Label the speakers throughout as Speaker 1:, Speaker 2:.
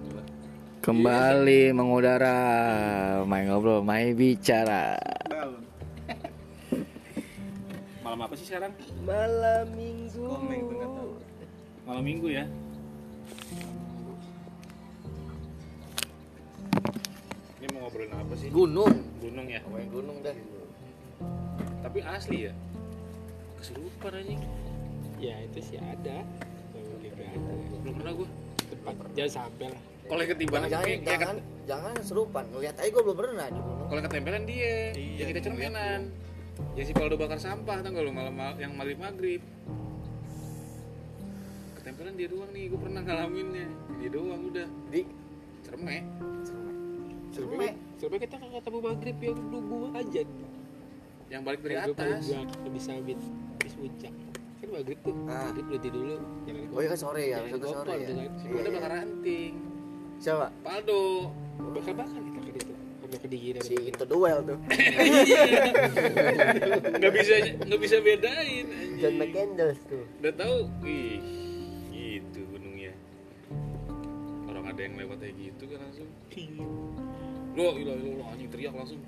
Speaker 1: Iya.
Speaker 2: Kembali mengudara, main ngobrol, main bicara.
Speaker 3: Malam apa sih sekarang?
Speaker 1: Malam minggu.
Speaker 4: Komeng tuh nggak tahu.
Speaker 3: Malam minggu ya?
Speaker 4: Ini mau ngobrolin apa sih?
Speaker 1: Gunung.
Speaker 3: Gunung ya?
Speaker 1: Main gunung dah.
Speaker 3: Tapi asli ya? Kesurupan anjing
Speaker 5: ya itu sih ada Yang begitu ada
Speaker 3: Belum pernah gue
Speaker 5: tepat jangan sampai lah
Speaker 3: Kalau yang
Speaker 1: Jangan
Speaker 3: ketiban
Speaker 1: jangan
Speaker 3: kayak- kayak
Speaker 1: jangan, jangan serupan. Ngeliat aja gue belum pernah di gunung.
Speaker 3: Kalau ketempelan dia,
Speaker 4: Iya,
Speaker 3: yang kita cerminan. Ya si Paldo bakar sampah tau gak lu malam mal- yang maghrib maghrib. Ketempelan dia doang nih, gue pernah ngalaminnya. Dia doang udah.
Speaker 1: Di
Speaker 3: Cermek.
Speaker 5: survei survei kita nggak ketemu maghrib yang dulu gua aja
Speaker 3: Yang balik dari
Speaker 5: Yang gua paling
Speaker 3: atas.
Speaker 5: belakang di sabit di puncak kan maghrib tuh
Speaker 1: Ah.
Speaker 5: maghrib berhenti dulu jalan
Speaker 1: Oh iya kan sore ya,
Speaker 5: jalan
Speaker 1: besok tuh sore
Speaker 5: gopal
Speaker 1: ya.
Speaker 5: tuh kan.
Speaker 3: Si
Speaker 1: Iya,
Speaker 3: Paldo
Speaker 1: iya.
Speaker 3: bakar ranting.
Speaker 1: Siapa?
Speaker 3: Paldo.
Speaker 5: bakar-bakar kan kita ke situ sampai kedinginan
Speaker 1: Si itu duel tuh.
Speaker 3: Gak bisa nggak bisa bedain. anjing.
Speaker 1: John McCandles tuh.
Speaker 3: Udah tahu, ih gitu gunungnya. Orang ada yang lewat kayak gitu kan langsung. Lo ilo ilo lo anjing teriak langsung.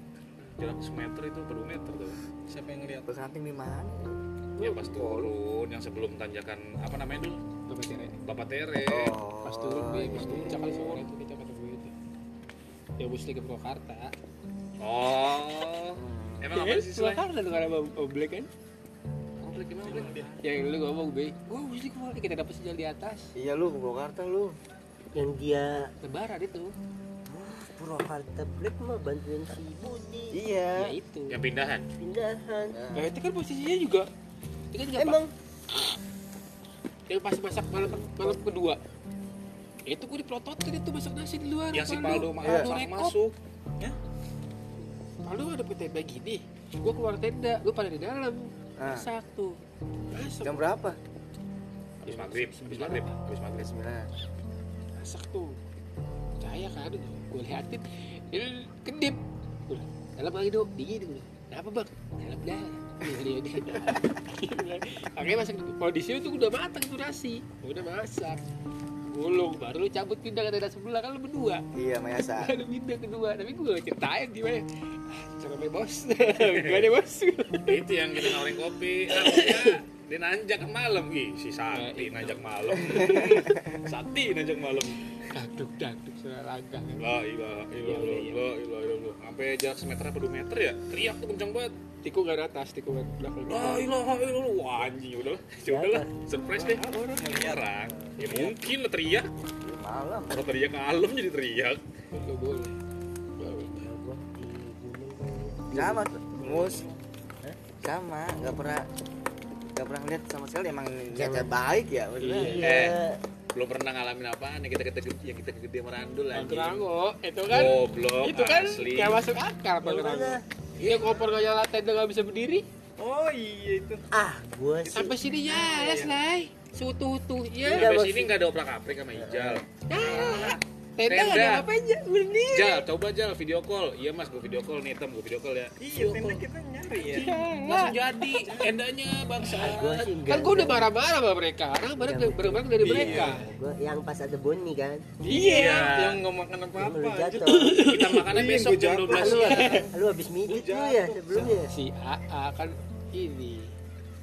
Speaker 3: Jarak semeter itu per meter tuh.
Speaker 4: Siapa yang ngeliat?
Speaker 1: Berkamping di mana?
Speaker 3: Ya pas turun yang sebelum tanjakan apa namanya dulu?
Speaker 5: tempat yang lain.
Speaker 3: Bapak Tere.
Speaker 1: Oh.
Speaker 5: pas turun dia pas
Speaker 1: iya.
Speaker 5: puncak kali semua itu kita ketemu itu ya bus lagi ke Purwakarta
Speaker 3: Oh. Emang
Speaker 5: Ya
Speaker 3: apa
Speaker 5: kan?
Speaker 3: sih selain?
Speaker 5: Purwakarta tuh karena Bang Oblek kan
Speaker 3: Komplek emang komplek.
Speaker 5: yang lu ngomong be wah bus lagi ke Purwakarta kita dapat sinyal di atas
Speaker 1: Iya lu ke Purwakarta lu.
Speaker 6: yang dia
Speaker 5: lebaran itu
Speaker 6: Purwakarta Black mah bantuin si Budi
Speaker 1: Iya.
Speaker 5: ya itu
Speaker 3: Yang pindahan.
Speaker 6: pindahan
Speaker 5: Nah itu kan posisinya juga itu kan juga
Speaker 6: emang
Speaker 5: Pak, yang pas masak malam malam kedua Ya itu gue dipelototin itu masak nasi di luar
Speaker 3: Yang si Paldo
Speaker 5: Paldo
Speaker 3: masuk
Speaker 5: rekop.
Speaker 3: masuk.
Speaker 5: Paldo ada tenda gini gue keluar tenda gue pada di dalam
Speaker 3: Nah.
Speaker 1: Ah.
Speaker 5: masak tuh masak
Speaker 1: Jam berapa?
Speaker 3: Habis maghrib, habis maghrib, habis maghrib.
Speaker 1: Sembilan.
Speaker 5: masak tuh cahaya kan gue liatin ini kedip Gua bilang, dalam lagi dong dingin gue bilang, kenapa bang dalam dah Iya, iya, iya. Gua bilang, akhirnya masak kalau di sini tuh udah matang tuh nasi udah masak gulung baru lu cabut pindah ke tenda sebelah kan lu berdua
Speaker 1: Iya Mayasa.
Speaker 5: ada pindah kedua tapi gue gak ceritain gimana Ah, cara main bos gimana bos
Speaker 3: itu yang kita nawarin kopi Ah, maksudnya, dia nanjak ke malam Ih, si Sakti
Speaker 5: Iya,
Speaker 3: nanjak malam Sakti nanjak malam
Speaker 5: dagduk dagduk suara langkah
Speaker 3: la ilaha
Speaker 5: Iya,
Speaker 3: illallah la ilaha illallah sampai jarak semeter apa dua meter ya teriak tuh kenceng banget
Speaker 5: tikungan atas tikungan belakang
Speaker 3: la ilaha illallah wah anjing udah lah coba lah surprise deh orang ya
Speaker 5: Iya.
Speaker 3: mungkin lah teriak
Speaker 1: Di malam.
Speaker 3: kalau teriak kalem jadi teriak
Speaker 5: Gak boleh
Speaker 1: Sama Mus. Sama. Gak pernah gak pernah ngeliat sama sekali emang
Speaker 6: Iya,
Speaker 1: niatnya baik ya maksudnya.
Speaker 3: eh belum pernah ngalamin apaan yang kita kita yang kita gede merandul
Speaker 5: gitu.
Speaker 3: anjing
Speaker 5: Pangrango Nah, itu kan
Speaker 3: goblok
Speaker 5: itu kan
Speaker 3: asli
Speaker 5: kayak masuk akal Pak Gerango. Iya koper gak nyala tenda gak bisa berdiri
Speaker 4: Oh iya itu.
Speaker 6: ah gua sih
Speaker 5: sampai sini ya les lai seutuh utuhnya
Speaker 3: Sampai sini nggak ada oprak-aprik sama Ijal.
Speaker 5: tenda
Speaker 3: Tenda.
Speaker 5: gak ada apa aja berdiri
Speaker 3: Jal, coba Jal video call. Iya Mas, gue video call nih, Tem, gue video call ya.
Speaker 4: Iya tenda kita nyari ya.
Speaker 3: Langsung jadi tendanya bangsa.
Speaker 6: Ah, gua sih enggak
Speaker 5: kan gue udah marah-marah sama mereka orang bareng-bareng dari mereka
Speaker 6: gua yang pas ada Boni kan
Speaker 3: Iya.
Speaker 4: Yang nggak makan
Speaker 6: yang
Speaker 4: apa-apa.
Speaker 6: lu
Speaker 4: anjir.
Speaker 6: jatuh
Speaker 3: Kita makannya
Speaker 4: Iya,
Speaker 3: besok
Speaker 4: gua
Speaker 3: jam
Speaker 4: jatuh.
Speaker 3: 12
Speaker 6: lu
Speaker 3: ya.
Speaker 6: lu habis mijit lu
Speaker 1: Iya.
Speaker 6: ya sebelumnya
Speaker 5: si AA kan ini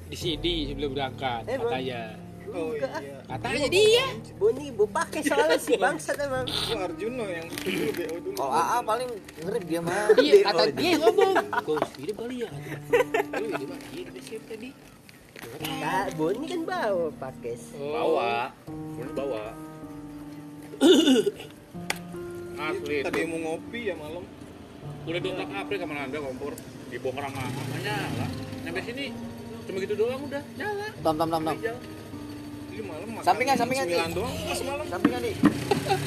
Speaker 5: di sini sebelum berangkat
Speaker 6: Eh, Bang.
Speaker 5: katanya
Speaker 4: Oh iya.
Speaker 5: katanya dia
Speaker 6: Boni gua pakai soalnya si bangsat emang
Speaker 4: Itu Arjuno yang dulu BO dulu.
Speaker 1: Kalau AA Oh, paling ngerip dia mah.
Speaker 5: iya kata dia yang ngomong gue hidup kali ya lu hidup kali ya ada siapa tadi
Speaker 6: nah, Boni kan bawa pakai
Speaker 3: Bawa. Bener bawa. Asli.
Speaker 4: Tadi mau ngopi ya malam.
Speaker 3: Udah dua tak aprik sama Nanda kompor. Dibongkar sama sama nyala. Sampai sini cuma gitu doang udah. Nyala.
Speaker 1: Tam tam tam tam.
Speaker 3: Ijal.
Speaker 4: Jadi malam makan.
Speaker 1: Sampingan, sampingan, Di.
Speaker 4: Sembilan doang pas malam
Speaker 1: Sampingan nih.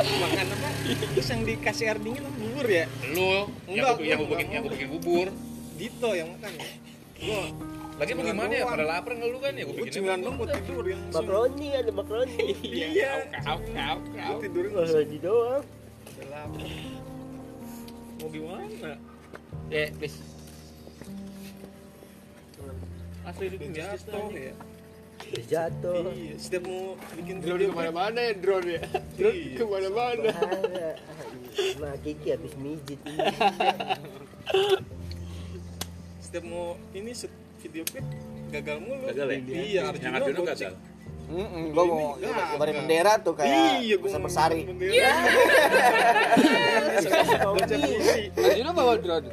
Speaker 4: makan apa? Terus yang dikasih air dingin apa bubur ya.
Speaker 3: Lu yang
Speaker 4: Enggak,
Speaker 3: gua- yang
Speaker 4: gua
Speaker 3: gue bikin
Speaker 4: enggak mau.
Speaker 3: yang gue bikin bubur.
Speaker 4: Dito yang makan ya. Gua
Speaker 3: Lagi mau
Speaker 4: Sembilan
Speaker 3: gimana ya?
Speaker 4: doang.
Speaker 3: Pada lapar nggak lu kan ya? Gue
Speaker 4: gua
Speaker 3: bikin
Speaker 4: cemilan doang gua tidur yang
Speaker 6: makroni ada makroni
Speaker 4: Iya.
Speaker 5: kau kau
Speaker 4: Gua
Speaker 5: kau
Speaker 4: tidur
Speaker 6: Wah, lagi doang
Speaker 4: gelap. Mau gimana?
Speaker 5: ya please
Speaker 3: Asli itu
Speaker 4: Udah
Speaker 3: jatuh.
Speaker 4: jatuh ya.
Speaker 6: Terus jatuh
Speaker 7: Iya, setiap mau bikin
Speaker 5: drone kemana-mana ya drone ya drone
Speaker 7: Iya.
Speaker 5: kemana-mana
Speaker 6: Parah.
Speaker 1: Nah,
Speaker 6: Mak Kiki habis mijit
Speaker 1: Ya,
Speaker 7: setiap mau ini shoot video clip gagal mulu.
Speaker 3: Gagal ya?
Speaker 7: Iya,
Speaker 3: Yang
Speaker 7: Arjuna
Speaker 3: Arjuna
Speaker 7: gocek.
Speaker 3: gagal.
Speaker 1: Mm gua mau
Speaker 7: Ini
Speaker 1: ngibar-
Speaker 7: enggak,
Speaker 1: ngibarin
Speaker 7: enggak.
Speaker 1: bendera tuh kayak
Speaker 7: Iya, gua
Speaker 1: bisa
Speaker 7: mau
Speaker 1: bersari.
Speaker 7: ngomong bendera.
Speaker 1: Iya,
Speaker 7: Mau baca puisi.
Speaker 5: Arjuna bawa drone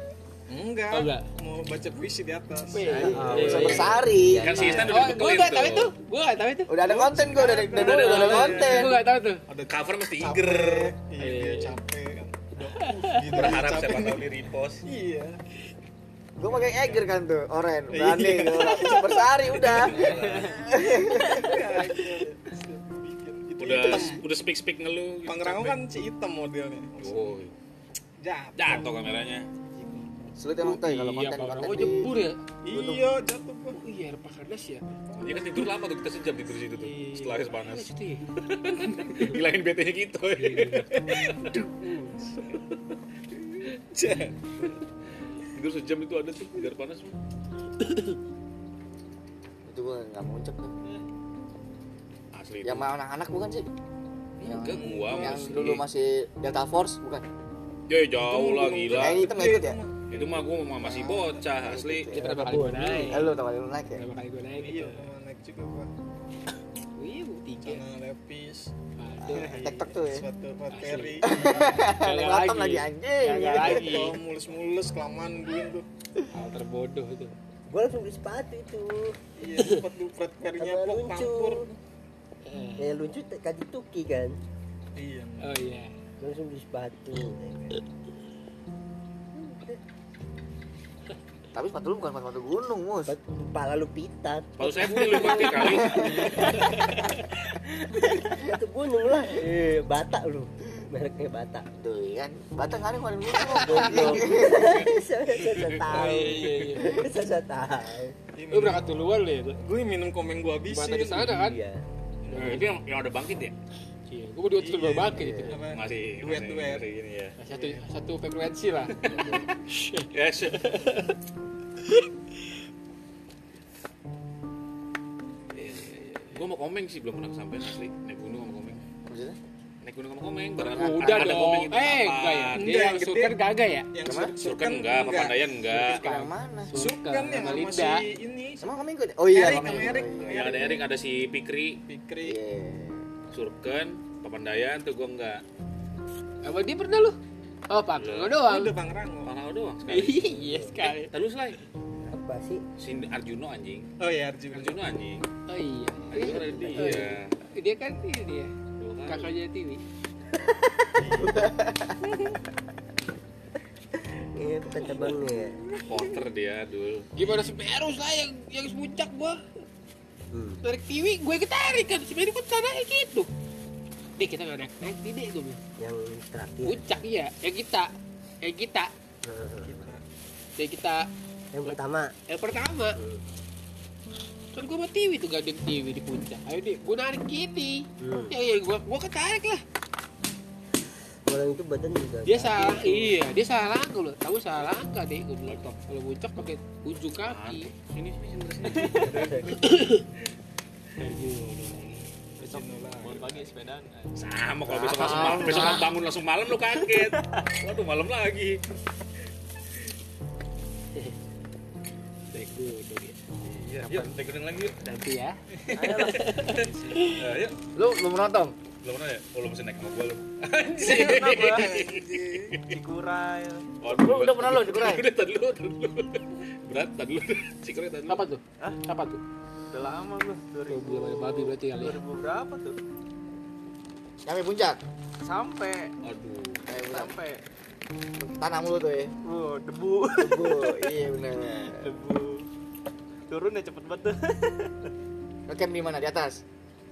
Speaker 7: Enggak.
Speaker 5: Oh, enggak.
Speaker 7: Mau baca puisi di atas.
Speaker 1: Bisa bersari.
Speaker 3: Kan si Istan udah
Speaker 5: oh gue
Speaker 3: dibekelin
Speaker 5: nggak tahu itu gue nggak tahu itu
Speaker 1: Udah ada konten gua udah dari dulu udah ada konten.
Speaker 5: gue nggak tahu tuh
Speaker 3: Ada cover mesti
Speaker 7: Capek.
Speaker 3: iger.
Speaker 7: Iya, dia capek kan. Udah, gitu,
Speaker 3: Berharap
Speaker 7: capek.
Speaker 3: siapa tahu di repost.
Speaker 7: Iya.
Speaker 1: Gua pakai Eger kan tuh, oren. Berani gua. Bisa bersari udah.
Speaker 7: Itu
Speaker 3: Udah
Speaker 7: Gitu hitam.
Speaker 3: udah speak speak ngeluh. gitu,
Speaker 7: Pangrango
Speaker 3: capek.
Speaker 7: kan si hitam modelnya.
Speaker 3: Oh,
Speaker 7: Jatuh.
Speaker 3: jatuh kameranya.
Speaker 1: Sulit emang tuh ya kalau
Speaker 5: iya
Speaker 1: konten
Speaker 5: Pak
Speaker 1: konten
Speaker 5: Prabowo
Speaker 1: di
Speaker 5: jebur ya
Speaker 7: Iya, jatuh gua.
Speaker 5: oh iya Pak Kardas ya
Speaker 3: Dia kan tidur lama tuh kita sejam tidur situ tuh.
Speaker 5: Iya.
Speaker 3: Setelah es panas.
Speaker 5: Panas itu ya.
Speaker 3: Hilangin bete nya gitu. Tidur sejam itu ada tuh biar panas.
Speaker 1: itu gua nggak muncul tuh.
Speaker 3: Asli.
Speaker 1: Yang sama anak-anak bukan sih?
Speaker 3: Enggak gua
Speaker 1: yang
Speaker 3: masih.
Speaker 1: dulu masih Delta Force bukan?
Speaker 3: Ya jauh lah gila.
Speaker 1: Yang hitam nggak ikut ya?
Speaker 3: Itu mah gua mah masih bocah asli.
Speaker 5: Dia berapa kali gue naik
Speaker 1: Eh, lu tau kali lu naik ya?
Speaker 5: berapa kali gue naik
Speaker 7: Iya,
Speaker 5: gitu
Speaker 7: mau naik juga gua.
Speaker 5: iya gua tiga
Speaker 7: Tanah lepis.
Speaker 5: Aduh.
Speaker 1: Tektok tuh ya?
Speaker 7: Suatu materi. Iya
Speaker 5: Gagal
Speaker 1: Latam lagi anjing.
Speaker 5: Gagal lagi
Speaker 7: Kalau mulus-mulus kelamaan gue tuh.
Speaker 5: hal Ah, terbodoh itu
Speaker 6: Gue langsung beli sepatu itu
Speaker 7: Iya, sempat lu Fred Perry
Speaker 6: Sama
Speaker 7: nyeplok
Speaker 6: luncu
Speaker 7: tampur.
Speaker 5: Eh,
Speaker 6: Ya lucu kaki tuki kan
Speaker 7: Iya.
Speaker 5: oh iya
Speaker 6: Langsung beli sepatu ya kan.
Speaker 1: Tapi sepatu lu bukan sepatu gunung, Mus.
Speaker 6: Sepatu Kepala lu pitat
Speaker 3: Kalau saya beli lu pakai kali.
Speaker 6: Sepatu gunung lah Eh bata lu Mereknya bata
Speaker 1: Tuh iya kan, Batak nggak ada yang kemarin
Speaker 6: Goblok
Speaker 1: gunung.
Speaker 6: Saya
Speaker 5: Oh,
Speaker 6: tahu
Speaker 5: iya iya iya
Speaker 6: Saya tahu
Speaker 7: Iya,
Speaker 5: lu berangkat duluan lu ya
Speaker 7: Gue minum komeng gue habisin.
Speaker 5: Bata ke sana kan
Speaker 6: Iya
Speaker 3: Eh, Itu yang, yang ada bangkit ya?
Speaker 5: iya gue berdua tuh berapa kali gitu Nah,
Speaker 7: Apa?
Speaker 3: Masih
Speaker 7: Duet-duet.
Speaker 3: masih gini ya.
Speaker 5: satu satu frekuensi lah
Speaker 3: Yes. gue iya, mau komeng sih belum pernah kesampaian asli naik gunung sama komeng
Speaker 1: Maksudnya?
Speaker 3: naik gunung sama komeng barang
Speaker 5: udah
Speaker 3: ada
Speaker 5: dong
Speaker 3: komeng itu
Speaker 5: eh enggak ya
Speaker 3: kapan
Speaker 5: dia
Speaker 7: Enggak,
Speaker 5: yang
Speaker 7: gede.
Speaker 5: surkan kagak ya
Speaker 7: Yang
Speaker 1: Gimana?
Speaker 7: sur-
Speaker 3: surkan enggak Iya. papandayan enggak
Speaker 1: Yang mana?
Speaker 7: Surkan yang
Speaker 5: sama
Speaker 7: sama si
Speaker 5: Linda.
Speaker 7: ini.
Speaker 1: Sama kamu ikut? Oh iya,
Speaker 7: Erik,
Speaker 1: kamu
Speaker 7: sama
Speaker 1: ikut.
Speaker 7: Erik.
Speaker 1: Oh, iya.
Speaker 3: yang ada Erik ada si Pikri
Speaker 7: Pikri.
Speaker 1: Iya.
Speaker 3: surken papandayan tuh gue enggak
Speaker 5: apa dia pernah lu oh pak lu doang
Speaker 7: Udah Bang Rango.
Speaker 3: parah doang sekali
Speaker 5: iya sekali
Speaker 3: terus lagi
Speaker 6: Apa sih
Speaker 3: si Arjuno anjing
Speaker 7: Oh iya, Arjuna.
Speaker 3: Arjuno anjing
Speaker 5: oh iya
Speaker 3: Arjuno ada
Speaker 5: Oh,
Speaker 3: dia
Speaker 5: dia kan ini dia
Speaker 3: Dua kali.
Speaker 5: kakaknya Tiwi
Speaker 6: Iya kita cabangnya ya
Speaker 3: Porter dia dul
Speaker 5: gimana Semeru lah yang yang sepuncak gua tarik Tiwi gue ketarik kan Semeru kan sana kayak gitu deh kita nggak naik naik tidak gue bilang
Speaker 6: Yang terakhir Eh,
Speaker 5: puncak iya yang kita yang kita yang kita
Speaker 6: Yang pertama
Speaker 5: yang pertama kan gue sama Tiwi tuh gandeng Tiwi di puncak ayo deh gue narik Kitty
Speaker 6: Hmm.
Speaker 5: ya ya gue gue ketarik lah
Speaker 6: Orang itu badan juga
Speaker 5: dia salah iya dia salah langkah loh tahu salah langkah deh gue bilang kalau puncak pakai ujung kaki
Speaker 3: ini sini sini
Speaker 7: Besok
Speaker 8: Baru pagi sepedaan.
Speaker 3: Sama kalau besok langsung malam, besok langsung bangun langsung malam lu kaget. Waduh malam lagi.
Speaker 5: naik gunung ya
Speaker 3: Iya, yuk naik gunung lagi yuk.
Speaker 5: nanti ya
Speaker 3: Ya, yuk.
Speaker 1: Lu belum nonton?
Speaker 3: Belum pernah ya? Oh, lu mesti naik sama gua lu.
Speaker 8: Dikurai.
Speaker 3: Waduh,
Speaker 1: Lu
Speaker 3: gua-
Speaker 1: udah pernah lu di Kurai?
Speaker 3: Udah tadi lu, tadi lu. Berat tadi lu. Cikurnya tadi lu.
Speaker 5: kapan tuh
Speaker 8: Hah?
Speaker 5: kapan tuh
Speaker 8: Udah lama gua.
Speaker 5: Oh,
Speaker 8: 2000.
Speaker 5: belum ada babi berarti kali ya?
Speaker 8: 2000 berapa tuh?
Speaker 1: Nyampe puncak.
Speaker 8: Sampai
Speaker 3: Aduh.
Speaker 1: Kayak bulan.
Speaker 8: sampai
Speaker 1: Tanah mulu tuh ya.
Speaker 8: wow, debu.
Speaker 1: Debu. Iya benar.
Speaker 8: debu. Turun ya cepet banget. tuh.
Speaker 1: Lu camp di mana? Di atas.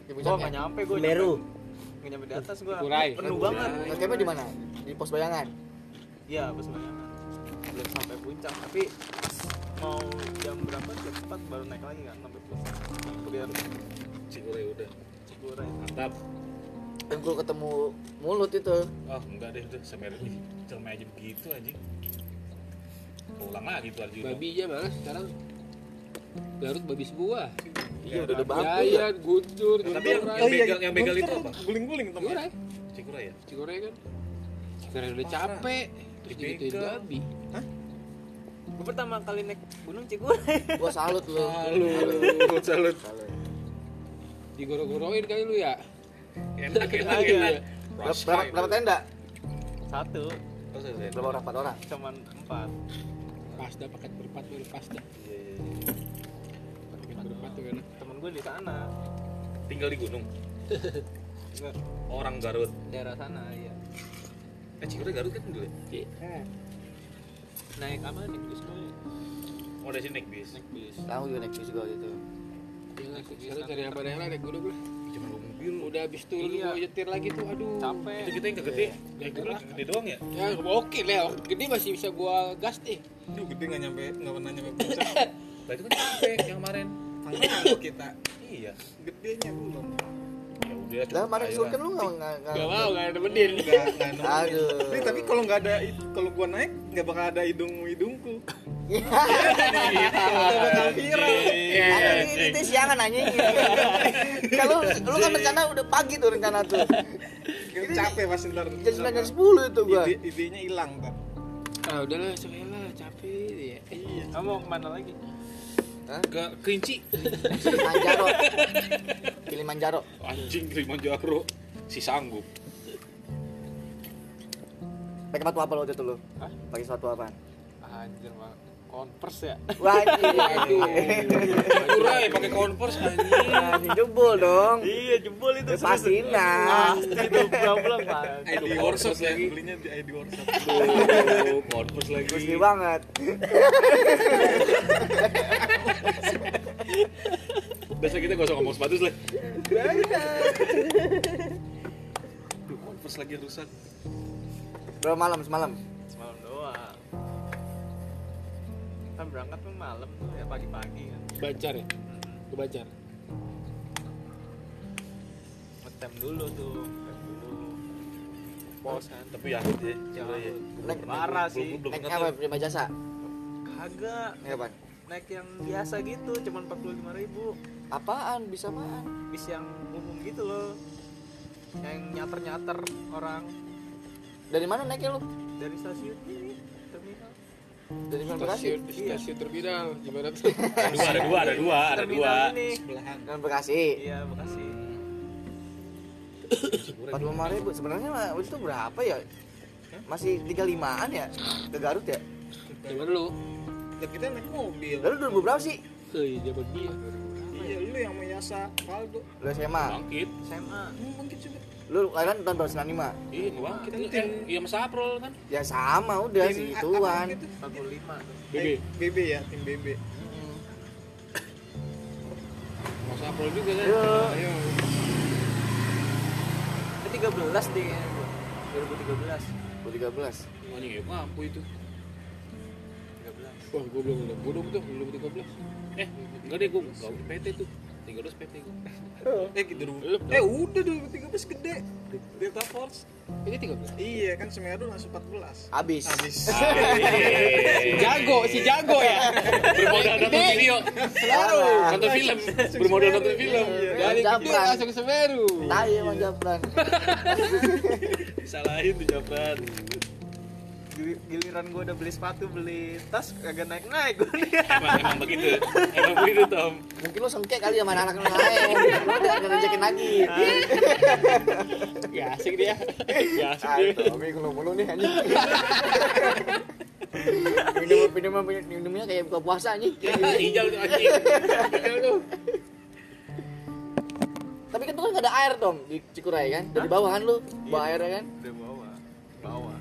Speaker 1: Di
Speaker 8: Gua enggak
Speaker 1: puncaknya.
Speaker 8: nyampe gua.
Speaker 6: Meru
Speaker 8: nyampe- Nggak nyampe di atas gua.
Speaker 5: Dikurai.
Speaker 8: Oh, Penuh banget.
Speaker 1: Lu campnya di mana? Di pos bayangan.
Speaker 8: Iya, pas bayangan. Belum sampai puncak, tapi pas mau jam berapa jam 4 baru naik lagi kan sampai puncak. Kemudian
Speaker 3: Cikurnya udah.
Speaker 8: Cikurai.
Speaker 3: Mantap.
Speaker 1: Dan gua ketemu mulut itu.
Speaker 3: Oh, enggak deh udah semer ini. Celme aja begitu anjing. Ulang lagi tuh Arjuna.
Speaker 5: babi aja malah sekarang Garut babi semua.
Speaker 7: Iya udah ada ya.
Speaker 5: Jaya, Guntur,
Speaker 3: Eh, Tapi yang,
Speaker 5: Guntur,
Speaker 3: yang
Speaker 5: Rai.
Speaker 3: begal, yang begal itu apa?
Speaker 7: Guling-guling teman.
Speaker 5: Cikuray.
Speaker 3: Cikura ya?
Speaker 5: Cikuray kan. Cikuray udah
Speaker 3: Parah.
Speaker 5: capek. Terus digituin
Speaker 3: Begal.
Speaker 5: babi.
Speaker 4: Gue pertama kali naik gunung Ciguray.
Speaker 1: Gua salut lu.
Speaker 3: Salut, salut.
Speaker 1: Salut.
Speaker 5: Digoro-goroin kali lu ya.
Speaker 3: Enak, enak,
Speaker 5: Iya.
Speaker 3: enak.
Speaker 1: Berapa, berapa, berapa tenda?
Speaker 7: Satu,
Speaker 3: Oh, saya- saya-
Speaker 1: Berapa orang? Empat orang.
Speaker 7: cuman empat.
Speaker 5: Pas dah paket berempat baru pas dah.
Speaker 3: Iya, iya, iya.
Speaker 5: Paket berempat tuh enak.
Speaker 7: Temen gue di sana,
Speaker 3: Tinggal di gunung.
Speaker 7: Enggak.
Speaker 3: Orang Garut.
Speaker 7: daerah sana ya.
Speaker 3: Eh, Cikura Garut kan dulu ya?
Speaker 5: Iya.
Speaker 7: Naik apa naik bis gue?
Speaker 8: ya?
Speaker 3: Oh, dari sini naik bis.
Speaker 7: Naik bis.
Speaker 1: Tahu juga naik bis juga gitu.
Speaker 5: Jangan sekarang cari apa daerah deh gue dulu.
Speaker 3: Cuma bawa mobil.
Speaker 5: Udah habis turun
Speaker 7: Iya.
Speaker 5: gua nyetir lagi tuh. Aduh.
Speaker 7: Capek.
Speaker 3: Itu kita yang gak gede.
Speaker 7: Iya.
Speaker 3: Yang gede, gede doang ya?
Speaker 5: Ya oke lah. Gede masih bisa gua gas nih.
Speaker 7: Duh gede nggak nyampe nggak pernah nyampe puncak.
Speaker 3: Lah itu kan capek yang kemarin.
Speaker 7: Tangan kita
Speaker 3: Iya.
Speaker 7: gedenya belum.
Speaker 3: Ya udah.
Speaker 1: Lah
Speaker 3: cukup
Speaker 1: kemarin
Speaker 3: aja lah.
Speaker 1: surken lu nggak nggak
Speaker 5: Gak
Speaker 1: nggak-
Speaker 5: mau gak nemenin.
Speaker 7: Nggak nggak nemu.
Speaker 1: Aduh.
Speaker 7: Nih, tapi kalau nggak ada kalau gua naik nggak bakal ada hidung hidungku. Nggak bakal viral. Iya,
Speaker 1: Anjing, ini teh siangan anjing. Kalau lu kan rencana udah pagi tuh rencana tuh.
Speaker 7: Gak capek pas ntar.
Speaker 1: Jam sembilan jam sepuluh itu gua.
Speaker 7: Ide, idenya hilang kan.
Speaker 5: Ah udahlah lah capek ya. Iya.
Speaker 7: Kamu mau kemana lagi?
Speaker 3: Ke Kerinci.
Speaker 1: Kilimanjaro. Kilimanjaro.
Speaker 3: Anjing Kilimanjaro. Si sanggup.
Speaker 1: Pakai sepatu apa lo waktu itu lu?
Speaker 7: Hah?
Speaker 1: Pakai sepatu apa?
Speaker 7: Anjir mah konvers ya.
Speaker 1: Wah, anjing.
Speaker 3: Kurai pakai converse anjing.
Speaker 1: Anjing jebol dong.
Speaker 7: Iya jebol
Speaker 1: Ya,
Speaker 7: itu.
Speaker 1: pasti nah.
Speaker 7: Itu problem lah.
Speaker 3: ID Workshop lagi.
Speaker 7: Belinya di ID Workshop.
Speaker 3: Tuh, converse lagi.
Speaker 1: Gusti banget.
Speaker 3: Biasa kita gak usah ngomong sepatu lah. Duh, converse lagi rusak.
Speaker 1: Berapa malam semalam?
Speaker 7: Semalam doang. Kan berangkat tuh malam tuh ya pagi-pagi kan.
Speaker 5: Bancar ya. Ke Bancar.
Speaker 7: Ngetem dulu tuh. Ngetem dulu. Pos kan.
Speaker 3: Tapi ya, ya,
Speaker 7: Jangan.
Speaker 3: ya.
Speaker 1: Naik-
Speaker 7: Parah
Speaker 3: Belum-
Speaker 7: sih.
Speaker 3: belum
Speaker 1: Naik
Speaker 3: pernah
Speaker 1: apa?
Speaker 3: tuh.
Speaker 1: Prima jasa.
Speaker 7: Kagak
Speaker 1: Naik apa?
Speaker 7: naik yang biasa gitu, cuman 45.000 ribu.
Speaker 1: Apaan? Bisa apaan?
Speaker 7: Bis yang umum gitu loh. Yang nyater-nyater orang
Speaker 1: Dari mana naiknya lu?
Speaker 7: dari stasiun ini terminal.
Speaker 1: Dari mana Bekasi?
Speaker 5: Stasiun
Speaker 7: Iya.
Speaker 5: stasiun terminal gimana tuh?
Speaker 3: Ada dua, ada dua, ada dua, ada dua.
Speaker 7: Terminal ini.
Speaker 1: Dan Bekasi.
Speaker 7: Iya, makasih.
Speaker 1: 45 ribu sebenarnya mah itu berapa ya masih 35an ya ke Garut ya
Speaker 5: Zaman lu.
Speaker 4: Dan kita naik mobil.
Speaker 1: lalu dulu berapa sih
Speaker 5: Hei, zaman dia.
Speaker 4: Iya, lu yang menyasar Valdo.
Speaker 1: lu SMA
Speaker 3: Bangkit.
Speaker 7: SMA.
Speaker 4: Hmm, Mungkin sudah.
Speaker 1: lu lahiran tahun berapa 95
Speaker 3: Iya, nggak bangkit.
Speaker 4: Kita
Speaker 3: Kan iya Mas April kan.
Speaker 1: ya sama udah
Speaker 4: Tim- a-
Speaker 1: segituan
Speaker 4: apa gitu?
Speaker 7: 45 tuh.
Speaker 5: Bebe,
Speaker 3: Iya,
Speaker 4: BB ya, tim BB.
Speaker 5: Mas April juga kan.
Speaker 1: Yo.
Speaker 5: Ayo.
Speaker 7: Ke 13 deh kayaknya gua. 2013.
Speaker 1: 2013
Speaker 3: Anjing ya, mampu itu.
Speaker 7: 13.
Speaker 5: Wah, gua belum udah bodong tuh, belum 13.
Speaker 3: Eh, enggak deh, gue gak PT tuh. 13 PT gue.
Speaker 4: Eh gitu dulu.
Speaker 5: Belum.
Speaker 4: Eh udah 2013 gede. Delta Force.
Speaker 5: Ini 13.
Speaker 4: Iya kan Semeru langsung 14.
Speaker 1: abis
Speaker 4: Habis.
Speaker 3: Ah.
Speaker 5: Si jago, si jago ya.
Speaker 3: Bermodal nonton video.
Speaker 1: selalu
Speaker 3: Nonton film. Bermodal nonton film.
Speaker 5: Dari kecil
Speaker 1: Japran.
Speaker 5: langsung ke Semeru.
Speaker 1: tai emang japlan
Speaker 3: Disalahin tuh Japran.
Speaker 7: Gili- giliran gue udah beli sepatu beli tas kagak naik naik gue nih
Speaker 3: Emang emang begitu. Emang begitu, Tom.
Speaker 1: mungkin lu sengke kali sama anak-anak yang lain lu udah nggak rezekin lagi
Speaker 5: Ya asik dia. Ya asik
Speaker 1: ah
Speaker 5: dia.
Speaker 1: Tommy kalau mulu nih anjing minum minum minumnya kayak buka puasa anjing
Speaker 3: Ya, hijau tuh anjing. Hijau tuh.
Speaker 1: tapi kan tuh kan nggak ada air dong di Cikuray kan dari bawah kan lu
Speaker 7: Iya.
Speaker 1: bawa airnya kan
Speaker 7: udah bawa bawa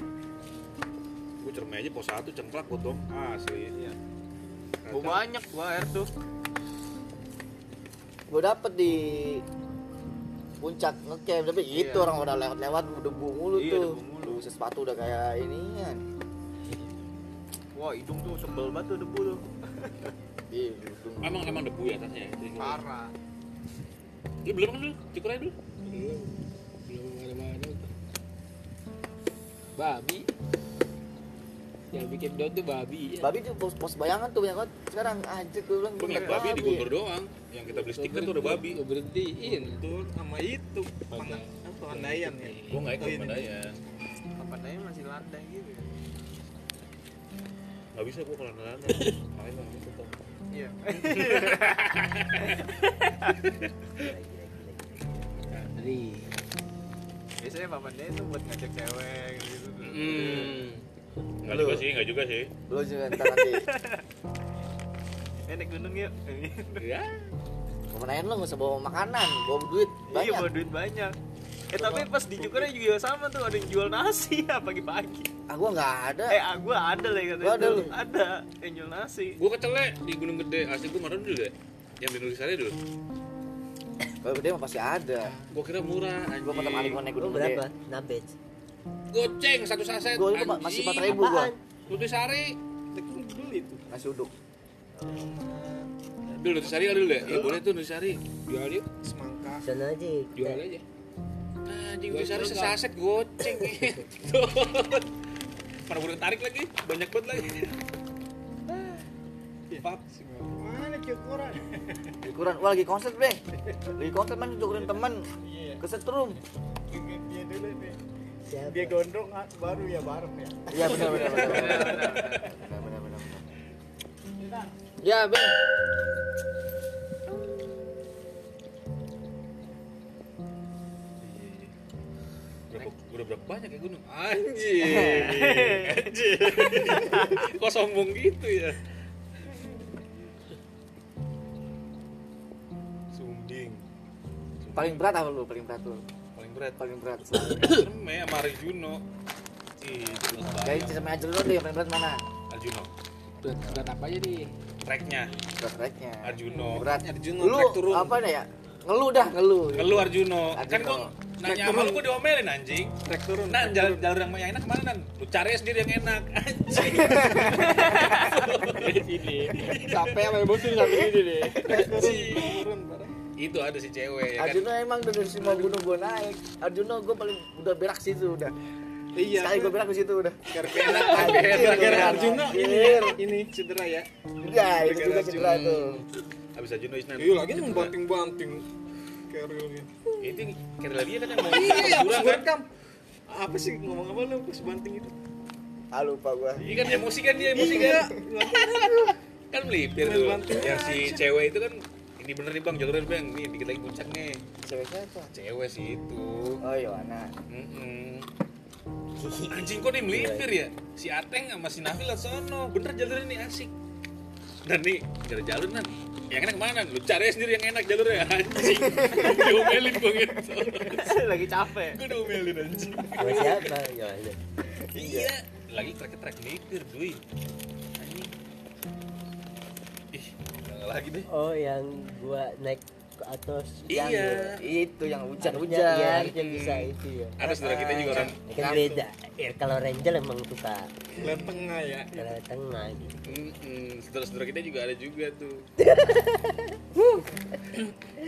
Speaker 3: Gue cermai aja pos satu cengklak gue, Tom. Asli.
Speaker 7: Iya.
Speaker 3: Kacau.
Speaker 7: Gua banyak gua air tuh
Speaker 1: gue dapet di puncak ngecamp tapi gitu
Speaker 7: Iya.
Speaker 1: orang udah lewat-lewat debu mulu
Speaker 7: Iya,
Speaker 1: tuh
Speaker 7: debu mulu.
Speaker 1: Buset sepatu udah kayak ini kan
Speaker 7: wah hidung tuh tebel banget tuh debu tuh
Speaker 1: di gedung
Speaker 3: Emang emang debu ya atasnya. ya? Jadi-
Speaker 7: parah
Speaker 3: Lu belum kan lu? Cukur aja dulu.
Speaker 5: Belum ada mana. Babi. yang bikin down tuh babi ya.
Speaker 1: babi tuh pos, pos bayangan tuh banyak banget sekarang anjir gue bilang
Speaker 3: Gue ngeliat
Speaker 1: banyak
Speaker 3: babi di Guntur doang. Yang kita beli stiker tuh ada babi.
Speaker 5: Gua berhentiin
Speaker 4: Betul sama itu pangan apa pandayan ya.
Speaker 1: iya.
Speaker 3: Gue nggak ikut
Speaker 4: Oh, ini.
Speaker 3: Pandayan.
Speaker 4: Pandayan masih landai gitu. ya.
Speaker 3: Gak bisa gue kalau nelayan. Main lah, gitu tuh.
Speaker 4: Iya.
Speaker 5: Jadi
Speaker 4: Biasanya Pak Pandayan tuh buat ngajak cewek gitu. tuh.
Speaker 5: Hmm.
Speaker 3: Nggak juga sih, nggak juga sih.
Speaker 1: lo juga ntar nanti
Speaker 4: Eh naik gunung yuk.
Speaker 3: Ya,
Speaker 7: Iya,
Speaker 1: kemenangan lo gak usah bawa makanan bawa duit
Speaker 4: Iya
Speaker 1: banyak
Speaker 4: bawa duit banyak. Eh tapi pas di Cukurnya juga sama tuh ada yang jual nasi ya pagi-pagi.
Speaker 1: ah gua nggak ada
Speaker 4: Eh ah, gua ada lah
Speaker 1: Lu
Speaker 4: katanya.
Speaker 1: ada
Speaker 4: tuh.
Speaker 1: lu?
Speaker 4: Ada yang jual nasi.
Speaker 3: gue kecelek di Gunung Gede. Asli gue marah dulu deh. Yang di nulisannya dulu.
Speaker 1: kalau gede mah pasti ada
Speaker 3: Gue kira murah.
Speaker 1: gua pertama kali gua naik
Speaker 5: Iya.
Speaker 6: Lu
Speaker 1: gunung gede
Speaker 6: berapa? Nabej.
Speaker 3: Goceng satu saset.
Speaker 1: gua itu ma- masih empat ribu gua
Speaker 6: Apaan?
Speaker 3: Nutrisari.
Speaker 4: Beli tuh.
Speaker 1: nasi uduk
Speaker 3: Dulu Nutrisari ada dulu deh. Ya boleh tuh Nutrisari.
Speaker 5: jual yuk,
Speaker 4: Semangka.
Speaker 6: Sana aja.
Speaker 5: jual
Speaker 3: Eh.
Speaker 5: aja.
Speaker 3: Anjing
Speaker 5: Gua
Speaker 3: gue sehari
Speaker 5: juga.
Speaker 3: sesaset goceng gitu. Mana gue tarik lagi, banyak banget lagi.
Speaker 4: Pap. Mana Cukuran?
Speaker 1: ukuran wah lagi konser bre lagi konser man ukuran teman
Speaker 7: Iya.
Speaker 1: kesetrum
Speaker 7: Ingat dia dulu deh.
Speaker 4: Iya.
Speaker 6: Siapa?
Speaker 7: Dia gondrong ah, baru ya bareng ya.
Speaker 1: iya benar benar benar benar benar benar benar
Speaker 5: Ya, Bang.
Speaker 3: Berapa, udah berapa banyak ya gunung? Anjing, anjing. Kok sombong gitu ya? Sumbing.
Speaker 1: paling berat apa lu paling berat lu
Speaker 3: paling berat
Speaker 1: paling berat
Speaker 3: Cerme ya, sama Arjuno. Ih, jelas
Speaker 4: Nah,
Speaker 1: dari
Speaker 3: banget.
Speaker 1: cisame aja dulu deh yang paling berat mana
Speaker 3: Arjuno.
Speaker 5: Berat, berat apa aja nih?
Speaker 3: Tracknya
Speaker 1: berat beratnya
Speaker 3: Arjuno.
Speaker 1: berat
Speaker 4: Arjuno,
Speaker 1: lu
Speaker 4: trek turun.
Speaker 1: apa nih ya ngeluh dah ngeluh
Speaker 3: Ngeluh Arjuno. Kan
Speaker 1: Arjuno.
Speaker 3: gua nanya sama lu gua diomelin anjing.
Speaker 4: Trek turun.
Speaker 3: Nan, jalur, jalur yang yang enak mana Nan? Lu cari sendiri yang enak Anjing
Speaker 5: Ini. Capek sama emosi sampai ini deh.
Speaker 4: Turun bareng.
Speaker 3: Itu ada si cewek ya kan
Speaker 1: Arjuno emang dari semua gunung gua naik Arjuno gua paling udah berak situ udah
Speaker 4: Iya.
Speaker 1: sekali gua "Iya, berak di situ udah
Speaker 4: Gara-gara
Speaker 1: Gara-gara
Speaker 4: gara-gara Arjuna ini ya, ini cedera ya.
Speaker 1: udah Iya, itu juga cedera tuh
Speaker 3: Abis Arjuno Isnan
Speaker 4: Iya lagi yang banting-banting karirnya.
Speaker 3: Itu kira lagi kan yang mau
Speaker 4: Iya,
Speaker 3: kurang kan
Speaker 4: kan? Apa sih ngomong apa lu pas banting itu?
Speaker 1: ah lupa gua
Speaker 3: Iya kan emosi kan dia emosi
Speaker 4: Iya.
Speaker 3: kan Kan melipir
Speaker 4: Main
Speaker 3: tuh
Speaker 4: banting
Speaker 3: Yang si cewek itu kan Ini bener nih bang jalurnya bang Nih dikit lagi puncak nih
Speaker 1: cewek siapa
Speaker 3: Cewek sih itu
Speaker 1: oh Yohana
Speaker 3: Mm-mm. Anjing kok nih melipir ya Si Ateng sama si Nafil sono Bener jalurnya nih asik Dan nih jalur jalur nan yang enak mana? Lu cari sendiri yang enak jalurnya anjing. Diomelin gua gitu.
Speaker 4: Lagi capek.
Speaker 3: Gua diomelin anjing.
Speaker 6: Sama siapa? Ya, ada.
Speaker 3: Iya. Lagi trek trek melipir duit. Anjing. Ih, nggak lagi deh.
Speaker 6: Oh, yang gua naik ke atas.
Speaker 1: Yang
Speaker 3: Iya.
Speaker 1: itu yang
Speaker 6: Harusnya- Iya,
Speaker 1: hujan-hujan
Speaker 6: harusnya bisa itu ya.
Speaker 3: Ada saudara kita juga orang
Speaker 6: Ya Kan beda. Ya, kalau Ranger emang suka
Speaker 4: Lihat tengah ya.
Speaker 6: ke tengah gitu.
Speaker 3: Mm-mm, saudara-saudara kita juga ada juga tuh.
Speaker 4: Yang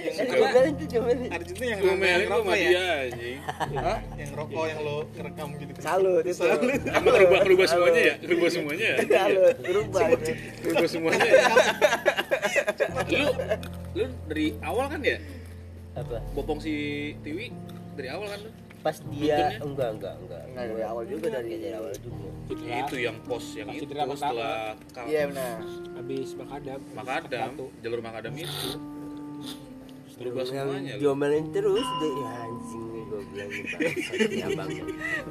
Speaker 6: Eh,
Speaker 4: apa?
Speaker 6: coba itu coba nih.
Speaker 4: Arjuna yang rame
Speaker 3: Diomelin gua
Speaker 4: rokok
Speaker 3: sama
Speaker 4: ya.
Speaker 3: dia anjing.
Speaker 4: Hah? Yang rokok yang lo ngerekam gitu.
Speaker 1: salut itu
Speaker 4: Salut.
Speaker 3: Emang berubah berubah semuanya ya? Berubah semuanya ya?
Speaker 1: salut berubah itu.
Speaker 3: Berubah semuanya ya? Lu lu dari awal kan ya?
Speaker 6: Apa?
Speaker 3: Bopong si Tiwi dari awal kan lu?
Speaker 6: Pas dia
Speaker 3: Bentuknya?
Speaker 6: enggak enggak enggak.
Speaker 1: Enggak dari awal juga dari
Speaker 6: Dari awal juga.
Speaker 5: Cedera.
Speaker 3: Itu yang pos yang
Speaker 5: Pas
Speaker 3: itu
Speaker 5: cedera pertama.
Speaker 3: setelah Kak-
Speaker 1: iya benar
Speaker 5: Habis makadam. habis
Speaker 3: Makadam,
Speaker 5: satu.
Speaker 3: jalur Makadam itu berubah
Speaker 6: Yang
Speaker 3: semuanya.
Speaker 6: Diomelin terus deh ya anjing nih gua bilang gitu. Iya, nih, bangsat nih abang.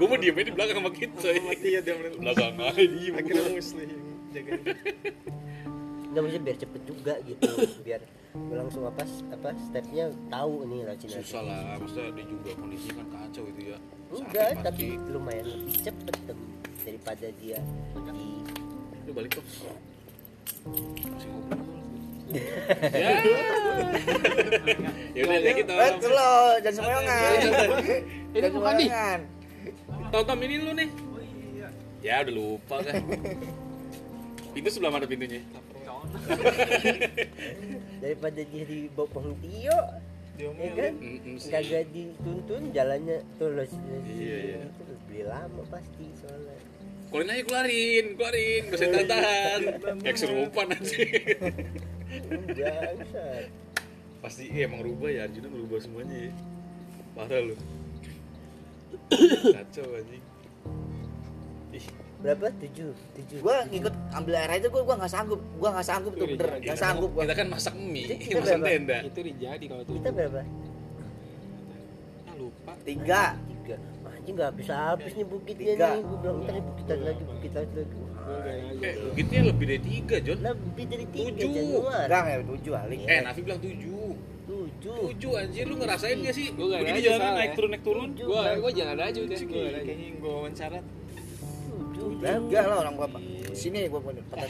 Speaker 3: Gue mau diemin di belakang sama kita. iya.
Speaker 4: Mati ya dia bener.
Speaker 3: Belakang aja diem.
Speaker 4: Akhirnya muslim jagain.
Speaker 6: Enggak maksudnya biar cepet juga gitu, biar gua langsung apa apa stepnya tahu nih rajin
Speaker 3: Susah lah, maksudnya dia juga kondisinya kan kacau itu ya.
Speaker 6: Enggak,
Speaker 3: Sakit
Speaker 6: tapi
Speaker 3: pasti.
Speaker 6: lumayan lebih cepet tem daripada dia di
Speaker 3: Lu balik tuh. Masih ngobrol. ya. ya udah kayak gitu.
Speaker 1: Eh, lo jangan sembarangan
Speaker 5: Eh, Ini
Speaker 1: jangan
Speaker 5: bukan nih.
Speaker 1: sembarangan
Speaker 3: Tonton ini lu nih. Ya udah lupa kan. Pintu sebelah mana pintunya?
Speaker 6: daripada dia di bopong Tio, ya kan?
Speaker 3: Mm-mm Hmm, sih.
Speaker 6: Kagak dituntun jalannya tulus.
Speaker 3: Iya, iya.
Speaker 6: Beli lama pasti soalnya.
Speaker 3: keluarin aja keluarin keluarin gak usah tahan kayak kesurupan aja
Speaker 6: Bangsat.
Speaker 3: pasti iya, emang rubah ya Arjuna merubah semuanya ya parah lu kacau anjing ih
Speaker 6: Berapa? Tujuh. Tujuh.
Speaker 1: Gua ngikut ambil air aja gua gua nggak sanggup. Gua nggak sanggup tuh bener.
Speaker 3: kita
Speaker 1: Nggak
Speaker 3: kan-
Speaker 1: sanggup gua.
Speaker 3: kita kan masak mie
Speaker 6: Kita
Speaker 3: masak
Speaker 6: berapa?
Speaker 3: tenda
Speaker 5: Itu jadi kalau tuh.
Speaker 6: Kita berapa?
Speaker 5: Ah, lupa.
Speaker 1: Tiga.
Speaker 6: Tiga. Wah, Anjing nggak habis habis nih bukitnya
Speaker 1: Tiga.
Speaker 6: nih. Gua bilang ntar nih bukit lagi lagi, bukit lagi lagi.
Speaker 5: Gua
Speaker 6: Wah,
Speaker 5: udah aja.
Speaker 3: eh bukitnya lebih dari tiga
Speaker 5: Iya.
Speaker 3: John
Speaker 6: Lebih dari tiga
Speaker 3: Tujuh.
Speaker 6: Januari.
Speaker 1: Enggak ya tujuh kali.
Speaker 3: eh Nafi bilang tujuh
Speaker 6: Tujuh.
Speaker 3: tujuh anjir lu ngerasain gak sih
Speaker 5: Gua nggak
Speaker 3: begini
Speaker 5: ngerasa,
Speaker 3: jalan
Speaker 5: ya.
Speaker 3: naik turun naik turun
Speaker 6: Tujuh.
Speaker 5: Gua
Speaker 6: Bang.
Speaker 5: gua jalan aja udah. Gua jalan aja.
Speaker 7: kayaknya yang gue wawancara
Speaker 6: Tujuh. Bang.
Speaker 1: Tiga lah orang gua. Sini gua punya.
Speaker 6: Eh,
Speaker 3: Ah,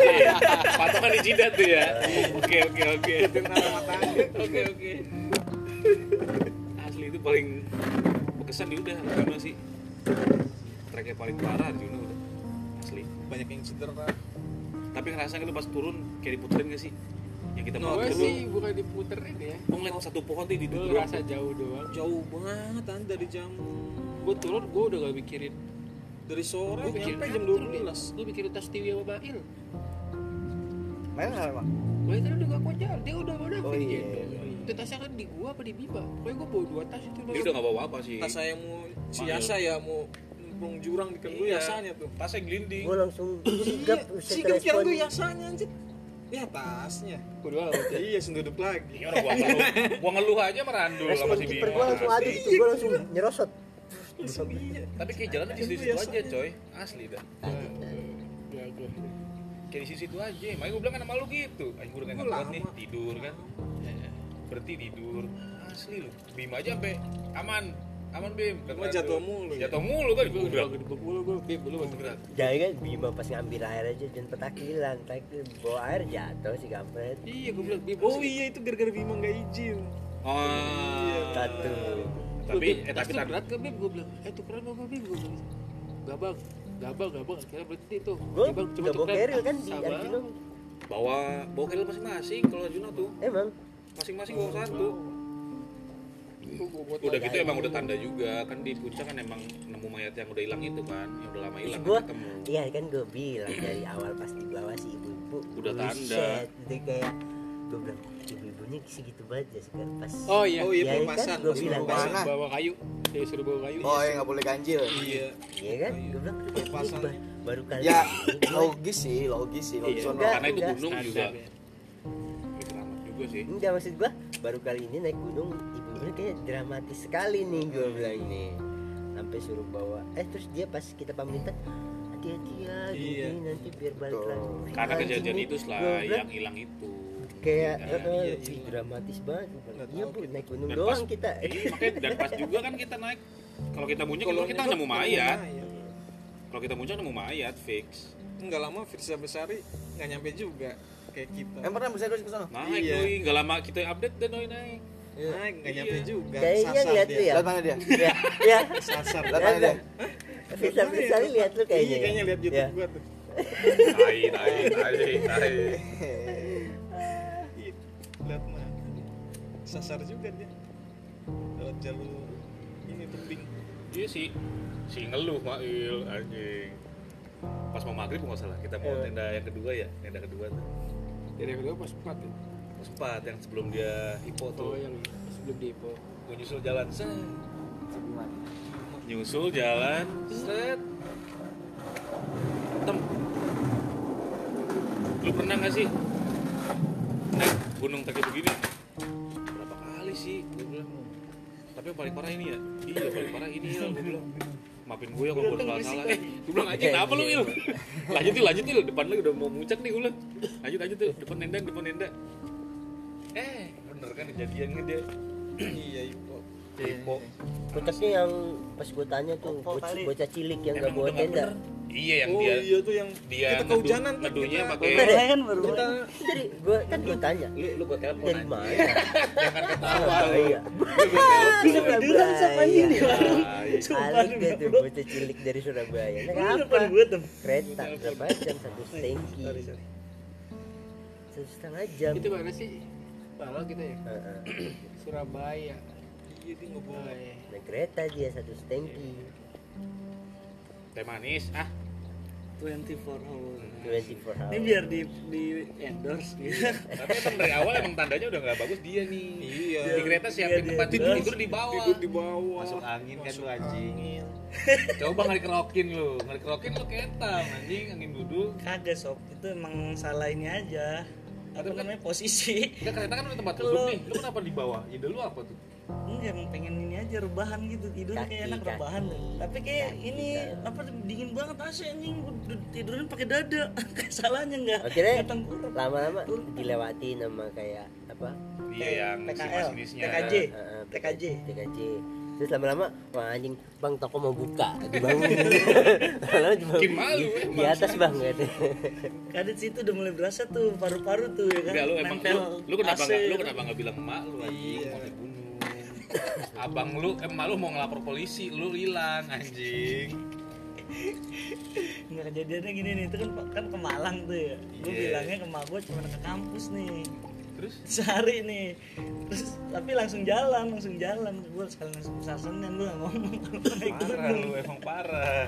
Speaker 3: iya. patokan di jidat tuh ya oke oke oke oke oke asli itu paling berkesan dia udah Arjuna sih tracknya paling parah Arjuna udah asli
Speaker 7: banyak yang cedera
Speaker 3: tapi ngerasa lu pas turun kayak diputerin gak sih yang kita mau
Speaker 5: Gua
Speaker 3: turun
Speaker 5: sih bukan diputerin ya.
Speaker 3: gua ngeliat satu pohon tuh di
Speaker 5: Gua
Speaker 3: duduk
Speaker 5: rasa jauh doang.
Speaker 7: jauh banget kan dari jam
Speaker 5: Gua turun gua udah gak mikirin.
Speaker 7: dari sore
Speaker 5: Gua
Speaker 7: ya,
Speaker 5: mikirin
Speaker 7: nyampe jam
Speaker 5: kantor,
Speaker 7: 12
Speaker 5: Gua mikirin tas TV sama Bail.
Speaker 1: Main hal emang.
Speaker 5: Gue itu udah gak kuat jalan, dia udah mana
Speaker 1: Oh,
Speaker 5: oh,
Speaker 1: iya.
Speaker 5: Itu tasnya kan di gua apa di Biba? Pokoknya gua bawa dua tas itu
Speaker 3: dia udah gak bawa apa sih
Speaker 7: tas saya mau siasa ya mau nempung jurang bikin gue
Speaker 3: Iya.
Speaker 7: yasanya tuh
Speaker 3: tasnya gelinding
Speaker 6: Gua langsung sigap.
Speaker 7: Iya,
Speaker 6: buset,
Speaker 7: sih kan kira
Speaker 6: respon.
Speaker 7: gue yasanya anjir ya tasnya
Speaker 5: Kedua
Speaker 7: iya senduduk lagi
Speaker 3: Iya, orang gua ngeluh. gua ngeluh aja merandul sama
Speaker 6: Respon
Speaker 3: si
Speaker 6: kiper
Speaker 3: Bima
Speaker 6: gua langsung ada gitu. Gua langsung nyerosot.
Speaker 7: iya
Speaker 3: tapi kayak jalannya di situ
Speaker 7: Itu
Speaker 3: aja
Speaker 7: biasanya.
Speaker 3: coy asli dah kayak di situ aja makanya gue bilang kan sama lu gitu ayo gue udah nggak kuat nih tidur kan berarti tidur asli lu bim aja sampai aman aman bim
Speaker 7: Lu mah jatuh mulu ya?
Speaker 3: jatuh mulu kan gue
Speaker 5: Gua udah
Speaker 3: bilang
Speaker 5: gede mulu gua, Bib, lu bantu
Speaker 3: Berat.
Speaker 6: Jangan kan Bima pas ngambil air aja jangan petakilan, takil bawa air jatuh si kampret.
Speaker 5: Iya, gua bilang Bib.
Speaker 7: oh iya itu gara-gara Bima nggak izin
Speaker 6: Iya.
Speaker 3: oh
Speaker 6: Satu.
Speaker 3: tapi eh tapi tapi
Speaker 5: berat ke Bib gua bilang. Eh tukeran sama gua Bib gua bilang. Gak bang, gak bang, gak bang. Akhirnya berhenti tuh.
Speaker 6: Gua
Speaker 5: Iya, Bang,
Speaker 6: nggak bawa
Speaker 5: tukeran.
Speaker 6: keril kan
Speaker 5: Ah,
Speaker 6: di
Speaker 5: sabar.
Speaker 6: Arjuna.
Speaker 3: bawa bawa keril masing-masing kalau Arjuna tuh
Speaker 6: Emang
Speaker 3: masing-masing bawa
Speaker 6: Oh.
Speaker 3: satu
Speaker 5: Tuh, gua buat
Speaker 3: udah
Speaker 5: lagi.
Speaker 3: gitu emang udah tanda juga kan di puncak kan emang nemu mayat yang udah hilang itu kan yang udah lama hilang
Speaker 6: Gua-
Speaker 3: kan ketemu
Speaker 6: Iya kan gue bilang dari awal pas dibawa si ibu-ibu
Speaker 3: Udah tanda.
Speaker 6: buset, Dia kayak gue bilang ibu-ibunya segitu banget ya sekarang pas
Speaker 5: Oh iya.
Speaker 7: oh
Speaker 6: iya,
Speaker 7: iya
Speaker 6: kan
Speaker 7: pemasan
Speaker 6: gue
Speaker 7: pas
Speaker 6: bilang
Speaker 7: pemasan.
Speaker 1: Mana?
Speaker 5: bawa kayu. Dia suruh bawa kayu.
Speaker 1: Oh, ya nggak boleh ganjil.
Speaker 7: iya
Speaker 6: iya kan gue bilang ini
Speaker 7: Pemasan.
Speaker 6: ba- baru kali
Speaker 1: Ya
Speaker 6: ini gua-
Speaker 1: logis sih, logis sih, logis.
Speaker 6: Iya.
Speaker 1: Sono.
Speaker 3: karena itu
Speaker 6: Udah,
Speaker 3: gunung juga
Speaker 5: Standar ya.
Speaker 3: Itu amat juga sih
Speaker 6: enggak maksud gue baru kali ini naik gunung ibu-ibunya kayak dramatis sekali nih gue
Speaker 3: Hmm.
Speaker 6: bilang nih sampai suruh bawa eh terus dia pas kita pamitan hati-hati ya gini
Speaker 7: Iya.
Speaker 6: nanti biar balik
Speaker 1: Betul.
Speaker 6: lagi
Speaker 3: karena
Speaker 6: Anjing
Speaker 3: kejadian
Speaker 6: nih,
Speaker 3: itu
Speaker 6: gua
Speaker 3: setelah
Speaker 6: bilang,
Speaker 3: yang hilang itu
Speaker 6: kayak
Speaker 3: Iya.
Speaker 6: eh, eh,
Speaker 7: iya,
Speaker 6: lebih
Speaker 7: iya.
Speaker 6: dramatis banget Gua bilang,
Speaker 7: Nggak
Speaker 6: iya
Speaker 7: tahu
Speaker 6: bu
Speaker 7: kita.
Speaker 6: naik gunung
Speaker 3: Dan
Speaker 6: doang
Speaker 3: pas-
Speaker 6: kita
Speaker 3: Iya, makanya dan pas juga kan kita naik. Kalau kita muncul
Speaker 7: Kalau
Speaker 3: kalau kita
Speaker 7: nyedot,
Speaker 3: nemu mayat.
Speaker 7: nemu mayat.
Speaker 3: Kalau kita muncul nemu mayat fix.
Speaker 7: nggak lama Firza Besari nggak nyampe juga kayak kita
Speaker 1: Emang pernah bisa terus ke sono?
Speaker 3: Naik
Speaker 7: Iya.
Speaker 3: doi, nggak lama kita update dan doi naik.
Speaker 7: Nah, nggak nyampe
Speaker 3: Iya.
Speaker 7: juga
Speaker 6: kayaknya
Speaker 7: sasar
Speaker 6: lihat
Speaker 7: dia.
Speaker 6: lu ya
Speaker 1: Lihat mana dia?
Speaker 6: ya ya
Speaker 7: sasar
Speaker 1: Lihat mana
Speaker 7: Iya.
Speaker 1: dia?
Speaker 6: bisa bisa
Speaker 7: Mana ya?
Speaker 6: lihat lu kayaknya
Speaker 7: iya kayaknya lihat
Speaker 6: ya.
Speaker 7: YouTube gua tuh
Speaker 3: Tai, tai, tai, tai.
Speaker 7: Ih, Iya, lihat mana sasar juga dia lewat jalur ini tebing
Speaker 3: Iya sih. Si ngeluh Mail anjing. Pas mau maghrib nggak salah kita mau tenda yang kedua ya, tenda kedua tuh.
Speaker 5: Jadi yang kedua pas empat ya.
Speaker 3: Pas empat yang sebelum dia hipo
Speaker 5: Oh
Speaker 3: tuh.
Speaker 5: yang sebelum depo.
Speaker 3: Gua nyusul jalan set. Nyusul jalan set. Tem. Lu pernah nggak sih naik gunung kayak begini? Berapa kali sih? Gue bilang. "Oh." Tapi yang paling parah ini ya. Iya paling parah ini ya. Gue bilang. Maafin gue ya kalau gue salah salah. Eh, gue bilang aja kenapa lu il? Lanjut il, lanjut il. Depan lu udah mau muncak nih gue bilang. Lanjut lanjut tuh. Depan nenda, depan nenda. Eh, bener kan kejadiannya dia
Speaker 7: iya itu
Speaker 3: kepo.
Speaker 6: Puncaknya yang pas gue tanya tuh
Speaker 1: Opo
Speaker 6: bocah,
Speaker 1: kali.
Speaker 6: bocah cilik yang gak
Speaker 3: Emang
Speaker 6: bawa
Speaker 3: udah nggak
Speaker 6: tenda
Speaker 3: bener. Iya yang
Speaker 7: oh
Speaker 3: dia
Speaker 7: iya tuh yang
Speaker 3: dia
Speaker 7: kita
Speaker 3: ngedu-
Speaker 7: kehujanan kan
Speaker 3: ngedunya
Speaker 7: kita-
Speaker 3: pakai
Speaker 6: Bener
Speaker 1: kan baru.
Speaker 6: Gua- Jadi gue kan gue tanya
Speaker 3: lu lu gua telepon
Speaker 6: dari
Speaker 3: aja.
Speaker 6: mana?
Speaker 3: jangan ketawa
Speaker 6: Oh, iya.
Speaker 1: tiduran sama anjing di warung.
Speaker 6: Alik dia tuh bocah cilik dari Surabaya. Nah, apa? Kereta berapa jam satu stengki? Satu setengah jam.
Speaker 5: Itu mana sih? Malang kita ya.
Speaker 6: Heeh.
Speaker 5: Surabaya.
Speaker 7: iya dia ngobrol
Speaker 5: Nah, ya.
Speaker 6: Naik kereta dia satu stengki.
Speaker 3: teh manis ah
Speaker 8: 24 hour.
Speaker 6: 24 hours.
Speaker 8: Ini biar di di endorse dia.
Speaker 3: tapi emang dari awal emang tandanya udah nggak bagus dia nih iya di kereta siapin
Speaker 8: Iya,
Speaker 3: tempat
Speaker 8: dia
Speaker 3: tidur
Speaker 8: endorse.
Speaker 3: tidur di bawah
Speaker 4: masuk angin kan lu anjing
Speaker 3: coba nggak dikerokin lu nggak dikerokin lu ketam anjing angin duduk
Speaker 8: Kagak sob, itu emang salah ini aja.
Speaker 3: Tapi
Speaker 8: Apa
Speaker 3: kan-
Speaker 8: namanya posisi?
Speaker 3: Enggak kereta kan udah tempat
Speaker 8: Lu-
Speaker 3: duduk nih. Lu kenapa di bawah? Ide lu apa tuh?
Speaker 8: Enggak, emang pengen ini aja rebahan gitu tidur
Speaker 6: Kaki,
Speaker 8: kayak enak
Speaker 6: kaki.
Speaker 8: rebahan deh. Tapi kayak ini apa dingin banget AC anjing gua du- tidurnya pakai dada. Kayak salahnya enggak.
Speaker 6: Oke deh.
Speaker 8: Datang kurang.
Speaker 6: Lama-lama dilewati nama kayak apa?
Speaker 3: Dia Iya, yang si
Speaker 8: PKL,
Speaker 3: masinisnya.
Speaker 8: TKJ,
Speaker 6: Eh, eh,
Speaker 8: TKJ.
Speaker 6: TKJ. Terus lama-lama wah anjing bang toko mau buka dibangun. Lama-lama dibangun.
Speaker 3: Bikin malu,
Speaker 6: Di-
Speaker 3: emang.
Speaker 6: Di atas bang gitu.
Speaker 8: Kadit situ udah mulai berasa tuh paru-paru tuh ya kan.
Speaker 3: Enggak lu emang
Speaker 8: Nempel Iya.
Speaker 3: lu, lu kenapa
Speaker 8: AC.
Speaker 3: enggak lu kenapa enggak bilang emak lu anjing mau dibunuh. Abang lu emak lu mau ngelapor polisi, lu hilang anjing.
Speaker 8: Nggak kejadiannya gini nih, itu kan kan ke Malang tuh ya. Gue
Speaker 3: Iya.
Speaker 8: bilangnya ke mak gue cuma ke kampus nih.
Speaker 3: Terus
Speaker 8: Sehari nih. Terus tapi langsung jalan, langsung jalan. Gue sekali langsung besar senen gue nggak ngomong kalau naik
Speaker 3: parah
Speaker 8: gunung.
Speaker 3: lu emang parah.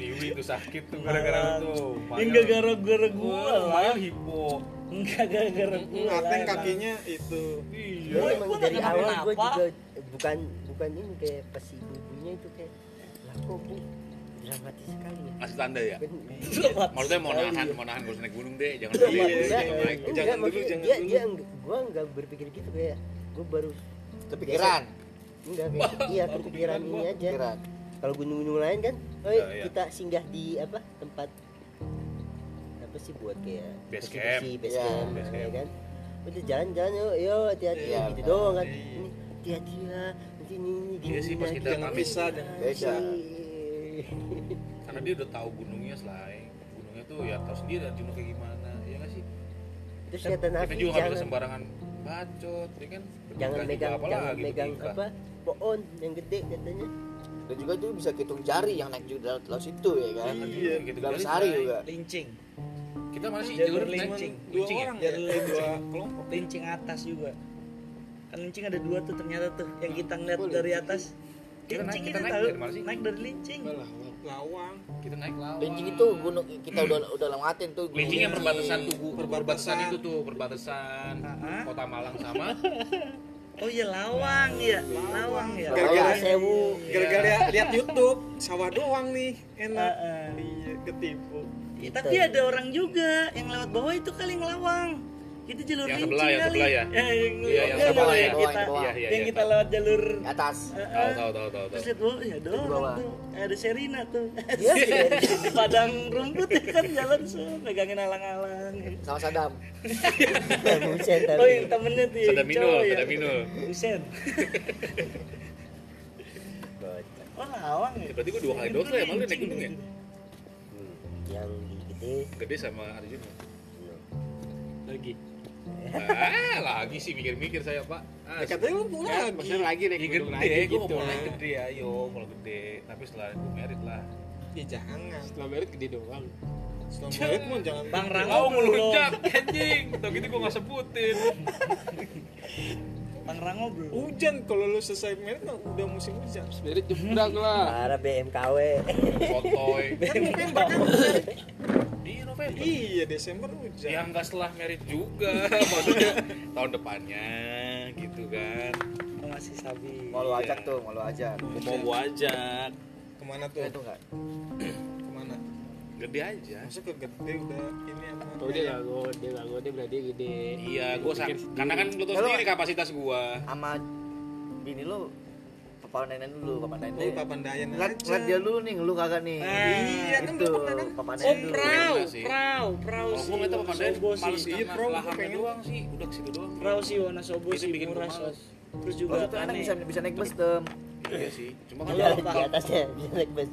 Speaker 3: Dewi tuh sakit tuh gara-gara lu tuh.
Speaker 8: Yang gak gara-gara gue
Speaker 3: Wah,
Speaker 8: lah.
Speaker 3: Mael hipo.
Speaker 8: Enggak gara-gara gue lah.
Speaker 7: Ateng
Speaker 8: emang.
Speaker 7: kakinya itu
Speaker 3: Iya.
Speaker 8: Gua-
Speaker 6: Gua emang
Speaker 8: gua
Speaker 6: dari
Speaker 8: nggak
Speaker 6: awal gue
Speaker 8: kenapa.
Speaker 6: juga bukan bukan ini kayak pas ibunya itu kayak lah kok Bu, dramatis sekali ya.
Speaker 3: Masih tanda
Speaker 7: Iya.
Speaker 3: ya?
Speaker 6: Ben-
Speaker 3: Maksudnya mau
Speaker 8: Iya.
Speaker 3: nahan, mau nahan gue naik gunung deh, jangan
Speaker 6: Enggak,
Speaker 3: naik gunung,
Speaker 6: enggak,
Speaker 3: jangan naik.
Speaker 6: enggak,
Speaker 7: iya, Jangan dulu,
Speaker 6: maksudnya
Speaker 7: jangan
Speaker 6: dia,
Speaker 7: dulu.
Speaker 6: dia enggak- gua enggak berpikir gitu kayak gua baru
Speaker 1: Kepikiran.
Speaker 6: enggak kayak iya kepikiran ini aja
Speaker 1: Kepikiran.
Speaker 6: kalau gunung-gunung lain kan oh,
Speaker 3: Ya, iya.
Speaker 6: kita singgah di apa tempat apa sih buat kayak
Speaker 3: Base
Speaker 6: bersih-bersih, base
Speaker 1: Ya,
Speaker 6: camp,
Speaker 3: base
Speaker 6: ya
Speaker 3: camp.
Speaker 6: kan udah jalan-jalan yo yo hati-hati
Speaker 1: Iya,
Speaker 6: gitu
Speaker 1: betul.
Speaker 6: doang kan ini hati-hati ya nanti ini ini gini
Speaker 3: Iya sih, pas
Speaker 6: lagi. Iya.
Speaker 3: kita
Speaker 6: Jangan
Speaker 3: pamit.
Speaker 6: bisa, jangan bisa.
Speaker 3: karena dia udah tahu gunungnya selain gunungnya tuh ya tahu sendiri dan gunung kayak gimana ya nggak sih
Speaker 6: terus kata
Speaker 3: kita juga
Speaker 6: nabi
Speaker 3: nggak bisa
Speaker 6: Nah, jangan
Speaker 3: sembarangan bacot ya kan
Speaker 6: jangan
Speaker 3: Nggak
Speaker 6: megang
Speaker 3: juga
Speaker 6: jangan
Speaker 3: apalagi,
Speaker 6: megang
Speaker 3: gitu,
Speaker 6: apa pohon yang gede katanya
Speaker 1: Dan juga itu bisa hitung jari yang naik di laut, laut situ ya kan.
Speaker 3: Iya, gitu.
Speaker 1: Dalam sehari juga.
Speaker 8: Lincing.
Speaker 3: kita masih
Speaker 8: Dia
Speaker 3: jalur naik
Speaker 8: berlincing.
Speaker 3: dua
Speaker 7: ya?
Speaker 3: orang
Speaker 8: Jalur lincing. Lincing atas juga. Kan lincing ada dua tuh ternyata tuh yang kita ngeliat dari atas.
Speaker 3: Kita naik-
Speaker 8: Lincing
Speaker 3: kita
Speaker 8: ini
Speaker 3: naik
Speaker 8: tahu
Speaker 3: dari mana sih?
Speaker 8: naik dari lincing.
Speaker 7: lawang.
Speaker 3: kita naik lawan
Speaker 1: Lincing itu gunung kita udah udah lewatin tuh. gunung
Speaker 3: Lincingnya perbatasan tuh Bu.
Speaker 7: Perbatasan.
Speaker 3: perbatasan itu tuh perbatasan
Speaker 8: Ah.
Speaker 3: kota Malang sama
Speaker 8: Oh iya lawang ya, lawang ya.
Speaker 7: Gara-gara-
Speaker 6: Gara-gara sewu Ya.
Speaker 7: Gara-gara lihat, lihat YouTube, sawah doang nih,
Speaker 6: Ah,
Speaker 7: enak.
Speaker 8: Heeh.
Speaker 7: Iya, ketipu.
Speaker 8: Ya,
Speaker 6: Gitu.
Speaker 8: tapi ada orang juga yang lewat bawah itu kali ngelawang. Kita jalur
Speaker 3: Yang
Speaker 8: lincing
Speaker 3: sebelah ya,
Speaker 8: kali.
Speaker 3: sebelah ya?
Speaker 8: Eh, yang,
Speaker 3: Iya, yang
Speaker 8: enggak,
Speaker 3: sebelah
Speaker 8: yang
Speaker 3: ya.
Speaker 8: Kita,
Speaker 1: Bawah,
Speaker 3: iya iya
Speaker 8: yang
Speaker 3: iya
Speaker 8: kita lewat jalur
Speaker 1: atas.
Speaker 8: eh,
Speaker 3: tahu
Speaker 8: eh.
Speaker 3: tahu tahu tahu
Speaker 8: Terus
Speaker 3: tahu
Speaker 8: lihat bawah ya ada
Speaker 1: bawah.
Speaker 8: orang tuh. Eh, Ada Serina tuh.
Speaker 6: Iya,
Speaker 8: Di padang rumput ya kan jalan tuh megangin alang-alang.
Speaker 1: Sama Sadam.
Speaker 6: buset
Speaker 3: iya.
Speaker 8: Oh yang
Speaker 6: tapi
Speaker 8: temennya tuh yang
Speaker 3: Sada minul
Speaker 8: cowok ya.
Speaker 3: sada minul
Speaker 8: Buset. Oh lawang ya.
Speaker 3: Ya, berarti gua dua kali doang tuh ya, malu naik gunung ya?
Speaker 6: Hmm, yang di gede
Speaker 3: gede sama Arjun
Speaker 6: no.
Speaker 5: lagi
Speaker 3: ah lagi sih mikir-mikir saya pak ah,
Speaker 7: Katanya lu pulang.
Speaker 5: Eh, maksudnya lagi naik
Speaker 3: Ya gede,
Speaker 5: gunung lagi
Speaker 3: gue
Speaker 5: gitu
Speaker 3: mau mulai gede ayo kalau gede tapi setelah gue merit lah
Speaker 7: Ya jangan.
Speaker 5: setelah merit gede doang
Speaker 7: Setelah mulut mon jangan.
Speaker 8: Bang Rango
Speaker 3: Kau
Speaker 8: belum.
Speaker 3: Oh, melunjak anjing Tau gitu gue gak sebutin
Speaker 8: Bang Rango belum.
Speaker 7: Hujan kalau lu selesai merit mah udah musim hujan.
Speaker 6: Iya.
Speaker 5: merit jebrak lah
Speaker 6: Para BMKW
Speaker 3: Fotoy
Speaker 7: Kan November kan.
Speaker 3: Di November
Speaker 7: Iya, Desember hujan.
Speaker 3: Ya gak setelah merit juga Maksudnya tahun depannya gitu kan
Speaker 8: Oh, masih sabi.
Speaker 1: Mau lu ajak tuh, mau lu ajak.
Speaker 3: Gua Mau gue ajak
Speaker 7: Kemana tuh?
Speaker 1: Eh, Itu enggak.
Speaker 7: Kemana?
Speaker 3: Gede aja
Speaker 7: Masuk ke gede udah ini apa?
Speaker 5: oh dia lagu dia lagu dia berarti dia gede
Speaker 3: Iya gue sak Karena kan lu tau
Speaker 1: Kalau-
Speaker 3: sendiri kapasitas gue
Speaker 1: Sama bini lu papa nenek dulu, papa
Speaker 7: Lu
Speaker 1: nenek.
Speaker 7: papan dayan
Speaker 1: Lihat,
Speaker 7: aja.
Speaker 1: lihat dia dulu nih, lu kagak nih.
Speaker 7: Iya, kan
Speaker 1: Itu
Speaker 7: belum pernah kan.
Speaker 1: papa
Speaker 8: Oh
Speaker 1: nenek dulu.
Speaker 8: prau,
Speaker 3: Enggak sih.
Speaker 8: prau, prau
Speaker 3: Kalau gue ngeliatnya Papa Dayan
Speaker 8: Wonosobo
Speaker 3: Males
Speaker 8: sih.
Speaker 7: Iya,
Speaker 3: karena
Speaker 7: bro, gua
Speaker 3: lahannya
Speaker 7: pengen.
Speaker 3: doang sih Udah kesitu doang
Speaker 8: Prau sih Wonosobo
Speaker 3: Itu
Speaker 8: sih
Speaker 3: bikin gua
Speaker 8: murah
Speaker 3: males.
Speaker 8: Sob. Terus
Speaker 1: Lu
Speaker 8: juga
Speaker 1: tuh gitu enak
Speaker 8: aneh.
Speaker 1: bisa bisa naik bus tem.
Speaker 3: Iya sih Cuma
Speaker 8: Kalau
Speaker 6: Ada
Speaker 3: kalau
Speaker 6: di atasnya bisa naik bus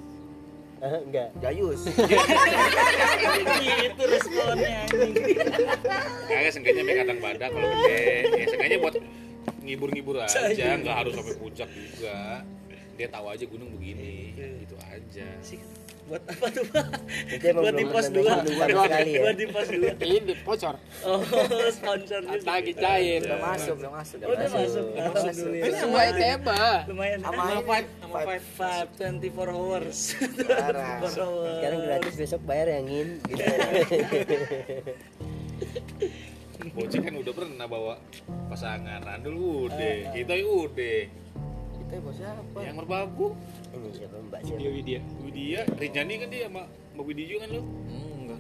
Speaker 6: Ah, enggak
Speaker 1: Jayus.
Speaker 8: Gitu responnya anjing.
Speaker 3: Kayaknya seenggaknya make kadang badak kalau gede. Ya seenggaknya buat ngibur-ngibur aja, nggak harus sampai puncak juga. Dia tahu aja gunung begini, gitu aja.
Speaker 8: Sih, buat apa tuh pak
Speaker 6: Itu emang
Speaker 8: buat di
Speaker 6: belum
Speaker 8: pos
Speaker 6: pernah
Speaker 8: dua
Speaker 6: nyoba sama sekali ya.
Speaker 8: buat di pos dua
Speaker 5: ini bocor
Speaker 8: oh sponsor juga
Speaker 5: lagi cair
Speaker 1: udah masuk udah masuk
Speaker 8: Oh, udah masuk alhamdulillah
Speaker 5: semua tema
Speaker 8: lumayan
Speaker 1: sama
Speaker 8: five five twenty four hours
Speaker 1: Parah.
Speaker 8: 24 hours.
Speaker 6: sekarang gratis besok bayar ya ngin
Speaker 8: Iya,
Speaker 6: gitu
Speaker 3: Bocah kan udah pernah bawa pasangan Randul
Speaker 5: Ah,
Speaker 3: udah, kita udah.
Speaker 1: kita bos siapa
Speaker 3: Yang merbabu
Speaker 6: ini siapa mbak siapa
Speaker 5: dia dia
Speaker 3: Widya, Rinjani kan dia sama sama Widya juga kan lu?
Speaker 2: enggak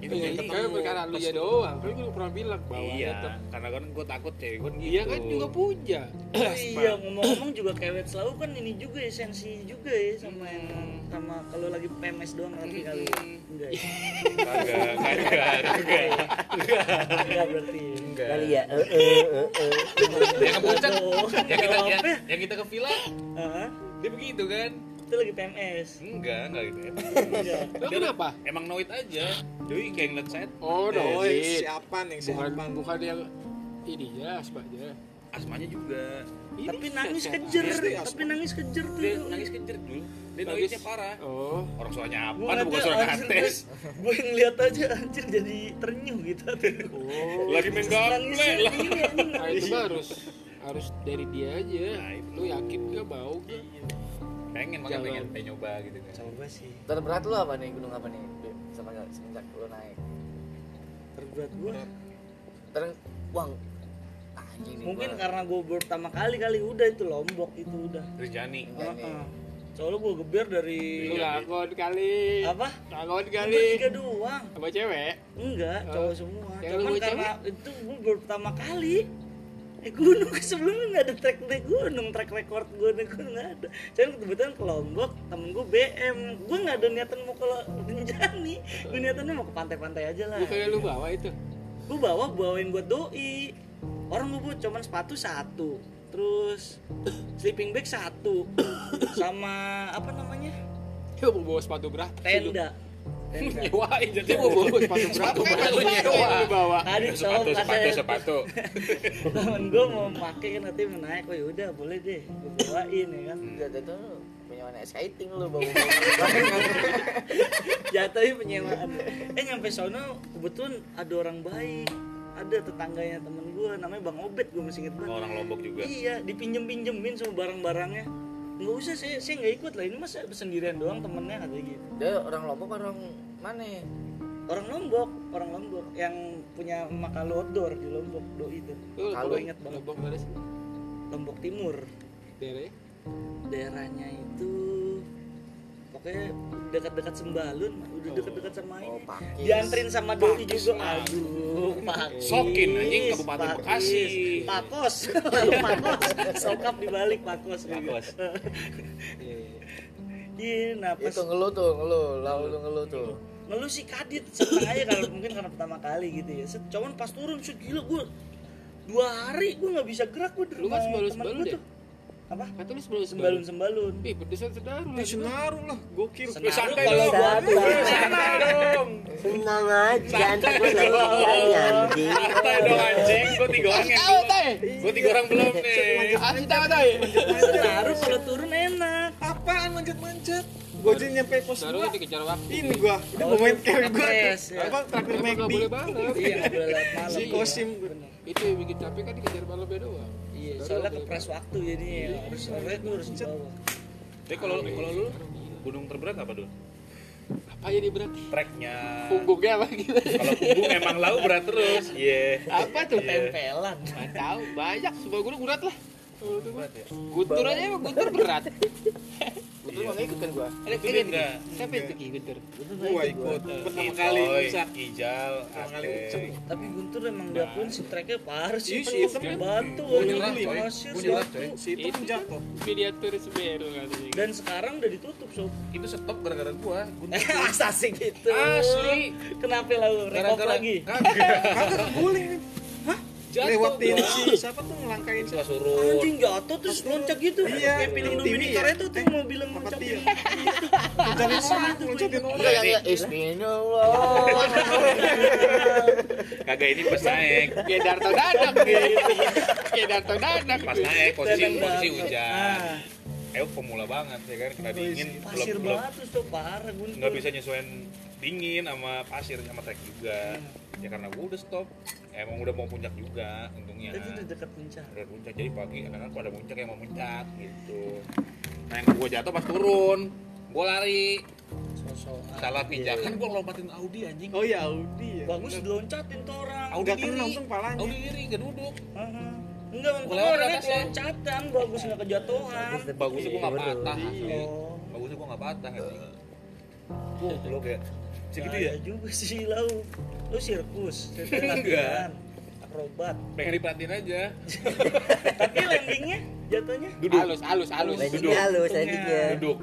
Speaker 3: Itu
Speaker 5: Iya,
Speaker 3: yang
Speaker 5: itu
Speaker 3: ketemu.
Speaker 5: perkara lu ya doang. Kan gue pernah bilang bahwa
Speaker 3: Iya, karena kan gue takut cewek gue gitu.
Speaker 5: Iya kan juga punya.
Speaker 8: Oh iya ngomong-ngomong juga kewet selalu kan ini juga ya sensi juga ya sama yang sama kalau lagi PMS doang nanti kali ya. enggak ya
Speaker 3: Kagak, kagak, kagak.
Speaker 8: enggak berarti
Speaker 6: kali ya eh, eh, eh, eh.
Speaker 3: Yang ke puncak,
Speaker 8: Oh,
Speaker 3: yang kita
Speaker 8: jawabnya.
Speaker 3: yang, yang kita ke villa,
Speaker 8: Hah?
Speaker 3: dia begitu kan?
Speaker 8: itu lagi PMS
Speaker 3: Enggak, enggak gitu ya.
Speaker 8: enggak
Speaker 5: Lo kenapa?
Speaker 3: Emang noit aja. Doi kayak ngeliat saya
Speaker 5: Oh, no.
Speaker 7: Eh, siapa nih
Speaker 5: Bukan
Speaker 7: siapa
Speaker 5: bukan yang ini ya, sebabnya.
Speaker 3: asmanya juga.
Speaker 8: tapi nangis kan? kejer
Speaker 7: Iya,
Speaker 8: tapi nangis kejer tuh
Speaker 3: Dia nangis kejer dulu. Dia
Speaker 5: Nangis.
Speaker 3: noitnya parah.
Speaker 5: Oh,
Speaker 3: Orang soalnya
Speaker 8: Gua
Speaker 3: apa?
Speaker 8: ngeliatnya,
Speaker 3: Bukan soalnya
Speaker 8: anjir,
Speaker 3: ngetes.
Speaker 8: gue- gue yang lihat aja anjir jadi ternyuh gitu
Speaker 3: Oh. Lagi main
Speaker 8: nangis
Speaker 3: gaple lah.
Speaker 8: ini anjing,
Speaker 5: nah
Speaker 8: nangis.
Speaker 5: itu mah harus harus dari dia aja.
Speaker 3: Nah, itu.
Speaker 5: Lu yakin gak bau gak?
Speaker 3: Pengen makanya
Speaker 5: Jalan.
Speaker 3: pengen pengen nyoba gitu kan.
Speaker 8: coba sih
Speaker 1: terberat lu apa nih gunung apa nih Bim? semenjak semenjak lu naik
Speaker 8: terberat gue
Speaker 1: terus uang anjing nih
Speaker 8: mungkin
Speaker 1: gua.
Speaker 8: karena gue pertama kali kali udah itu lombok itu udah
Speaker 3: Rinjani.
Speaker 1: Enggak nih.
Speaker 8: Heeh. soalnya gue geber dari
Speaker 5: Lu lagon kali.
Speaker 8: Iya. apa
Speaker 5: Lagon
Speaker 8: Gua
Speaker 5: kali.
Speaker 8: tiga doang
Speaker 5: Sama cewek.
Speaker 8: enggak
Speaker 5: Oh.
Speaker 8: cowok semua
Speaker 5: Yang
Speaker 8: cuman
Speaker 5: lu bawa
Speaker 8: karena itu gue baru pertama kali eh gunung sebelumnya nggak ada track track gunung track record gue naik gunung nggak ada cuman kebetulan ke Lombok temen gue BM gue nggak ada niatan mau ke Rinjani gue niatannya mau ke pantai-pantai aja lah
Speaker 5: Bukannya lu bawa itu.
Speaker 8: gue bawa bawain buat doi orang gue bawa cuman sepatu satu terus sleeping bag satu sama apa namanya
Speaker 5: Dia mau bawa sepatu berapa? sih lu?
Speaker 8: tenda tenda
Speaker 5: Nyewain jadi mau bawa sepatu berapa? Sepatu nyewa. Lu bawa.
Speaker 8: tadi
Speaker 3: Sepatu,
Speaker 8: cowok
Speaker 3: sepatu,
Speaker 8: katanya-
Speaker 3: sepatu.
Speaker 8: temen gue mau pakai kan nanti mau naik oh yaudah boleh deh gue bawain ya kan
Speaker 1: Enggak, itu lu punya warna exciting lu bau
Speaker 8: jatuhnya penyewaan eh nyampe sono kebetulan ada orang baik ada tetangganya temen gue namanya bang Obed gue masih inget banget
Speaker 3: Orang Lombok juga.
Speaker 8: iya dipinjem pinjemin semua barang-barangnya nggak usah saya saya nggak ikut lah ini mas saya sendirian doang temennya katanya gitu
Speaker 1: dia orang lombok apa orang mana
Speaker 8: orang lombok orang lombok yang punya makalu outdoor di lombok do itu
Speaker 5: Lu
Speaker 8: kalau
Speaker 5: Lombok-
Speaker 8: inget banget
Speaker 5: Lombok mana sih?
Speaker 8: lombok timur
Speaker 5: Daerahnya?
Speaker 8: daerahnya itu pokoknya dekat-dekat Sembalun udah dekat-dekat sama ini
Speaker 1: oh pakis
Speaker 8: diantrin sama doi juga aduh pakis
Speaker 3: Sokin, anjing, Kabupaten Bekasi.
Speaker 8: pakos pakos sokap dibalik pakos pakos iya nah pas
Speaker 1: itu ngeluh tuh ngeluh lalu lu ngeluh tuh
Speaker 8: ngeluh sih kadit seneng aja kalau mungkin karena pertama kali gitu ya Set, cuman pas turun set gila gue dua hari gue nggak bisa gerak gue di
Speaker 5: Lu kan
Speaker 8: rumah
Speaker 5: Sembalun-
Speaker 8: temen
Speaker 5: Sembalun
Speaker 8: gua
Speaker 5: ya?
Speaker 8: tuh apa
Speaker 5: Kata lu sebelum
Speaker 8: sembalun sembalun
Speaker 5: Ih, pedesan sedaru. lah.
Speaker 7: senaruh lah gokil
Speaker 8: Senaruh
Speaker 7: santai dong.
Speaker 8: kalau gua- ya,
Speaker 7: Eh, santai dong
Speaker 6: senang aja ntar gue lagi jalan anjing
Speaker 3: Santai dong anjing, gue tiga orang yang
Speaker 5: Tahu
Speaker 3: belum.
Speaker 5: tay.
Speaker 3: Gue tiga orang belum nih.
Speaker 5: Asli tahu tay.
Speaker 8: senaruh kalau turun enak
Speaker 7: apaan manjat-manjat gue aja nyampe pos
Speaker 5: Sedaru
Speaker 7: dua
Speaker 5: dikejar waktu.
Speaker 7: ini gua udah mau main kayak gua
Speaker 8: Stres, ya.
Speaker 7: apa terakhir
Speaker 5: Kenapa nggak
Speaker 7: McD
Speaker 5: boleh balap?
Speaker 8: iya nggak boleh lewat malam
Speaker 7: si
Speaker 8: Iya,
Speaker 7: kosim
Speaker 8: bener.
Speaker 5: Itu yang bikin capek kan dikejar balapnya doang.
Speaker 8: iya
Speaker 5: Sedaru
Speaker 8: soalnya
Speaker 5: nggak boleh
Speaker 8: kepres waktu jadi ya harus sore tuh harus dibawa
Speaker 3: Tapi kalau kalau lu gunung terberat apa dulu?
Speaker 5: balap. Apa jadi berarti?
Speaker 3: Treknya.
Speaker 5: Punggungnya apa gitu?
Speaker 3: Kalau punggung emang lau berat terus. Iya.
Speaker 5: Apa tuh? Tempe.
Speaker 8: pelan
Speaker 5: Nggak tahu. Banyak semua gunung berat lah.
Speaker 3: ya?
Speaker 5: Gutur aja emang gutur berat. Iya.
Speaker 6: lu mau ngikut kan gua
Speaker 5: Ada
Speaker 3: Itu dia enggak.
Speaker 5: Siapa yang pergi gutur?
Speaker 7: gua ikut pertama kali
Speaker 3: Ikoy,
Speaker 7: bisa
Speaker 3: Ijal,
Speaker 7: kali
Speaker 3: Ateng.
Speaker 8: tapi Guntur emang diakuin si treknya parah sih
Speaker 7: Nah. Iya sih,
Speaker 8: Pak.
Speaker 7: hitam.
Speaker 8: batu
Speaker 7: Gua
Speaker 8: anjing,
Speaker 7: nyerah, coy.
Speaker 8: pasir,
Speaker 7: Gua nyerah,
Speaker 8: batu.
Speaker 7: coy. si itu
Speaker 5: Itu
Speaker 7: jatuh
Speaker 5: Miniatur semeru katanya.
Speaker 8: dan sekarang udah ditutup sob
Speaker 3: Itu stop gara-gara gua. Gua-
Speaker 8: eh masa sih gitu
Speaker 3: Asli.
Speaker 8: kenapa lalu rekop lagi
Speaker 3: Kagak.
Speaker 7: kagak guling nih hah lewatin si siapa tuh ngelangkain
Speaker 3: Gua suruh.
Speaker 8: anjing jatuh terus loncat gitu
Speaker 7: Iya,
Speaker 8: kayak
Speaker 7: di
Speaker 8: film
Speaker 7: TV
Speaker 8: Dominikar
Speaker 7: ya.
Speaker 8: itu tuh
Speaker 7: Eh,
Speaker 8: mau bilang loncat gitu.
Speaker 7: Makati ya mencari orang loncatin orang
Speaker 1: enggak
Speaker 8: Iya,
Speaker 1: yang Espinola
Speaker 3: Kagak ini pas naik.
Speaker 5: Kayak Darto Dadak gitu. Kayak Darto Dadak.
Speaker 3: Pas naik posisi posisi hujan. Ayo pemula banget ya kan kena dingin
Speaker 8: Ah. pasir
Speaker 3: belum belum
Speaker 8: banget terus tuh parah guntur
Speaker 3: nggak bisa nyesuaiin dingin sama pasir sama trek juga
Speaker 8: Hmm.
Speaker 3: ya karena gue udah stop emang udah mau puncak juga untungnya
Speaker 8: itu udah dekat puncak
Speaker 3: udah puncak jadi pagi kadang-kadang kalau ada puncak yang mau puncak gitu nah yang gue jatuh pas turun gue lari
Speaker 8: sosok
Speaker 3: salah pijakan gue lompatin Audi anjing
Speaker 7: oh ya Audi ya
Speaker 8: bagus diloncatin tuh orang
Speaker 3: Audi
Speaker 7: nggak
Speaker 3: diri
Speaker 7: Ah, kena langsung palanya
Speaker 8: ya?
Speaker 3: Audi diri gak duduk
Speaker 8: Aha. enggak
Speaker 3: Gua
Speaker 8: untungnya
Speaker 3: lewat
Speaker 8: orangnya
Speaker 3: atasnya.
Speaker 8: loncatan bagus nggak kejatuhan
Speaker 3: bagusnya gue gak patah asli
Speaker 8: Oh.
Speaker 3: bagusnya gue gak patah
Speaker 8: Iya.
Speaker 3: anjing goblok ya segitu ya
Speaker 8: Bahaya juga sih lau lu sirkus ceritanya
Speaker 3: Enggak.
Speaker 8: latihan akrobat
Speaker 3: pengen diperhatiin aja
Speaker 8: tapi landingnya jatuhnya
Speaker 3: duduk
Speaker 5: Halus, halus, halus.
Speaker 6: Landingnya halus,
Speaker 8: Untungnya.
Speaker 6: landingnya.
Speaker 3: duduk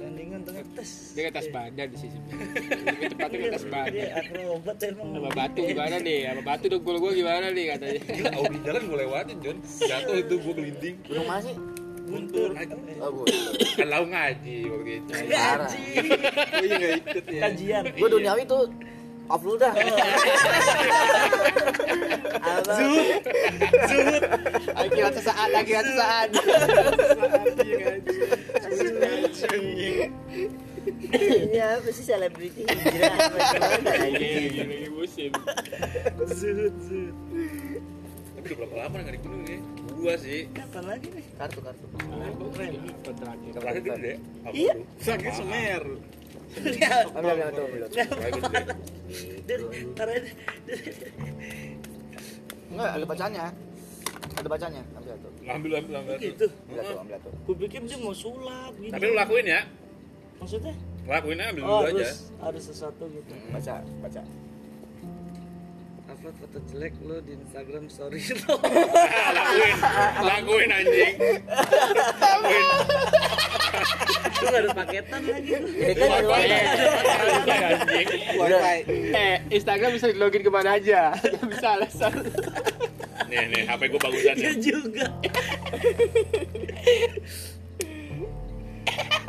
Speaker 8: landingnya untungnya tes
Speaker 5: Dia ke atas badan sih sebenarnya. Lebih tepatnya ke atas badan.
Speaker 8: Dia
Speaker 7: ya,
Speaker 8: akrobat emang
Speaker 5: Sama batu gimana nih? Sama batu dong gol gua gimana nih katanya.
Speaker 3: Gila, Audi Iya, jalan gue lewatin John jatuh itu gue gelinding
Speaker 1: Gunung mana sih?
Speaker 8: guntur
Speaker 7: Nah,
Speaker 1: Oh, gue.
Speaker 3: kan lau ngaji waktu itu
Speaker 1: Parah.
Speaker 8: Anjing.
Speaker 7: oh iya nggak ikut ya
Speaker 8: kajian
Speaker 1: Gue duniawi tuh off dulu dah.
Speaker 8: Oh.
Speaker 1: Apa?
Speaker 5: Akhirat sesaat, akhirat sesaat.
Speaker 6: Ini Iya, apa sih selebriti hijrah? Apa gimana, anjing?
Speaker 5: Gini, gini, gini, musim.
Speaker 8: zuhud zuhud
Speaker 3: tapi udah berapa lama nggak di gunung ya gua sih
Speaker 8: kapan lagi nih
Speaker 1: Kartu kartu.
Speaker 5: Apa terakhir?
Speaker 3: terakhir gede apa
Speaker 8: Iya.
Speaker 3: tuh?
Speaker 7: sakit semeru
Speaker 1: Oh, belum, belum, tuh, belum.
Speaker 3: Terakhir gede.
Speaker 8: Dia- ntar aja.
Speaker 1: Enggak, ada bacanya. Ada bacanya. Ambil satu.
Speaker 3: ngambil ambil ambil
Speaker 8: gitu
Speaker 1: Ambil satu, ambil satu.
Speaker 8: gue pikir dia mau sulap gitu
Speaker 3: tapi lu lakuin ya
Speaker 8: maksudnya
Speaker 3: lakuin aja ambil
Speaker 8: oh
Speaker 3: dulu aja
Speaker 8: harus harus sesuatu gitu
Speaker 1: Hmm, Baca, baca.
Speaker 8: upload foto jelek lo di Instagram story lo
Speaker 3: Ah, lakuin lakuin anjing lakuin
Speaker 8: itu gak ada paketan lagi
Speaker 1: Ini kan
Speaker 3: Lakuin.
Speaker 1: dua-
Speaker 3: Lakuin, anjing
Speaker 8: Iya.
Speaker 1: udah.
Speaker 5: Eh, Instagram bisa login kemana aja. Gak bisa alasan.
Speaker 3: nih nih hp gua bagusan ya.
Speaker 8: dia
Speaker 3: nih
Speaker 8: juga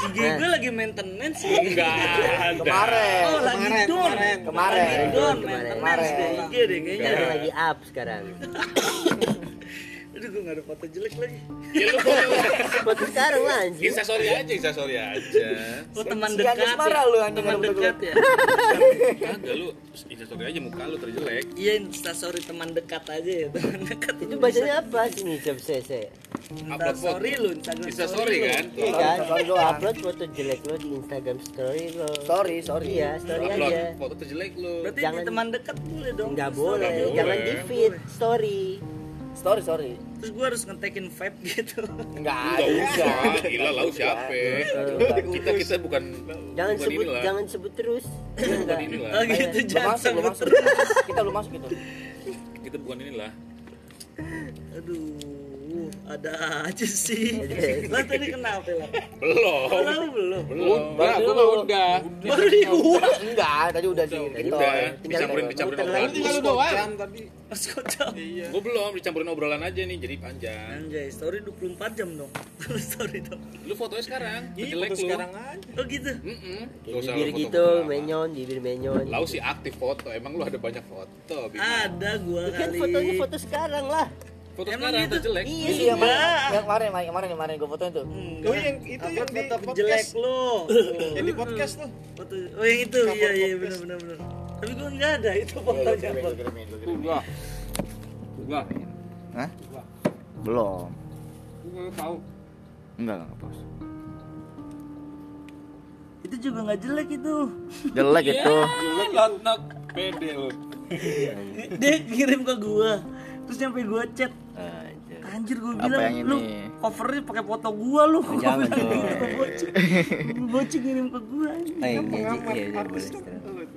Speaker 8: IG gue lagi maintenance sih
Speaker 6: Iya,
Speaker 3: enggak ada
Speaker 1: Kemarin.
Speaker 8: Oh, lagi
Speaker 7: kemarin,
Speaker 8: down.
Speaker 7: kemarin.
Speaker 1: Kemarin.
Speaker 8: Lagi down,
Speaker 1: Kemarin.
Speaker 6: ya?
Speaker 8: maintenance deh.
Speaker 1: Kemarin.
Speaker 8: IG deh kayaknya.
Speaker 6: Sekarang Iya. lagi up sekarang.
Speaker 8: Aduh, gue gak ada foto jelek lagi.
Speaker 3: ya lu gua-
Speaker 6: Foto sekarang lah anjing.
Speaker 3: instastory aja instastory aja
Speaker 8: Oh, teman
Speaker 1: Si
Speaker 8: dekat
Speaker 1: Agus marah
Speaker 8: ya.
Speaker 1: lu, anjing,
Speaker 8: teman
Speaker 1: ada foto
Speaker 8: dekat ya.
Speaker 3: kagak lu instastory aja muka lu terjelek
Speaker 8: Iya, instastory teman dekat aja ya, teman dekat.
Speaker 6: Itu bacanya apa sini jam sese?
Speaker 3: upload foto
Speaker 8: Instastory lu, Instagram
Speaker 3: instastory
Speaker 8: lu.
Speaker 3: kan
Speaker 6: Iya kan? Lo upload foto jelek lo di Instagram story lo.
Speaker 1: Sorry, sorry.
Speaker 6: Iya, story
Speaker 3: upload
Speaker 6: aja.
Speaker 3: foto terjelek lu
Speaker 8: Berarti di
Speaker 6: Jangan-
Speaker 8: teman dekat boleh dong.
Speaker 6: Nggak
Speaker 8: instastory.
Speaker 6: boleh,
Speaker 3: boleh.
Speaker 6: jangan di feed story.
Speaker 1: Story, story.
Speaker 8: Terus gue harus ngetekin vape gitu.
Speaker 6: Enggak.
Speaker 3: Enggak usah, gila lau siapa? Kita kita bukan
Speaker 6: Jangan
Speaker 3: bukan
Speaker 6: sebut,
Speaker 3: inilah.
Speaker 6: jangan sebut terus.
Speaker 3: bukan
Speaker 6: Enggak.
Speaker 3: inilah.
Speaker 8: Oh gitu,
Speaker 1: Belum
Speaker 8: jangan
Speaker 1: masuk, belum
Speaker 8: sebut
Speaker 1: masuk.
Speaker 8: terus.
Speaker 1: Kita belum masuk gitu.
Speaker 3: Kita bukan inilah.
Speaker 8: Aduh, ada aja sih. Lah tadi kenapa lah?
Speaker 3: Belum.
Speaker 8: Tahu belum?
Speaker 3: Belum.
Speaker 5: Udah, gua mah udah.
Speaker 8: Baru di gua.
Speaker 1: Enggak, tadi udah di gitu.
Speaker 3: Udah,
Speaker 6: tinggal
Speaker 3: dicampurin dicampurin obrolan.
Speaker 5: Tinggal lu doang.
Speaker 7: jam tadi
Speaker 8: Mas kocok.
Speaker 7: Iya.
Speaker 3: Gue belum dicampurin obrolan aja nih jadi panjang.
Speaker 8: Anjay, story 24 jam dong. story dong.
Speaker 3: Lu fotonya sekarang,
Speaker 7: iya
Speaker 3: jelek
Speaker 7: foto
Speaker 3: lu.
Speaker 7: sekarang aja
Speaker 8: Oh gitu.
Speaker 3: Heeh.
Speaker 6: Bibir gitu, menyon, bibir menyon.
Speaker 3: Lau sih aktif foto, emang lu ada banyak foto. Bim.
Speaker 8: Ada gua
Speaker 6: Kan
Speaker 8: kali.
Speaker 6: fotonya foto sekarang lah.
Speaker 3: Foto
Speaker 8: emang
Speaker 3: sekarang
Speaker 8: gitu?
Speaker 3: terjelek.
Speaker 1: Iya sih yang kemarin, yang kemarin, yang kemarin, yang kemarin gue fotoin tuh.
Speaker 7: oh yang itu yang
Speaker 8: Upload
Speaker 7: di
Speaker 8: foto jelek
Speaker 7: podcast
Speaker 8: lo.
Speaker 7: yang di podcast tuh
Speaker 8: Foto oh yang itu. Iya iya benar benar benar. Tapi gua enggak ada itu fotonya. Bang.
Speaker 5: Udah. Udah.
Speaker 2: Hah? Belum.
Speaker 5: Gua tahu.
Speaker 2: Enggak, enggak ngepost.
Speaker 8: Itu juga enggak jelek itu.
Speaker 2: Jelek itu.
Speaker 3: Jelek lot not pede lu.
Speaker 8: Dia kirim ke gua. Terus nyampe gua chat.
Speaker 2: Aja.
Speaker 8: Anjir gua
Speaker 2: Apa
Speaker 8: bilang
Speaker 2: yang
Speaker 8: lu
Speaker 2: ini?
Speaker 8: covernya pakai foto gua lu. Gua
Speaker 2: Jangan
Speaker 8: bilang
Speaker 2: dong.
Speaker 8: gitu, Bocah Bocah kirim ke gua. anjing.
Speaker 2: Eh, iya, iya, iya, iya, boleh.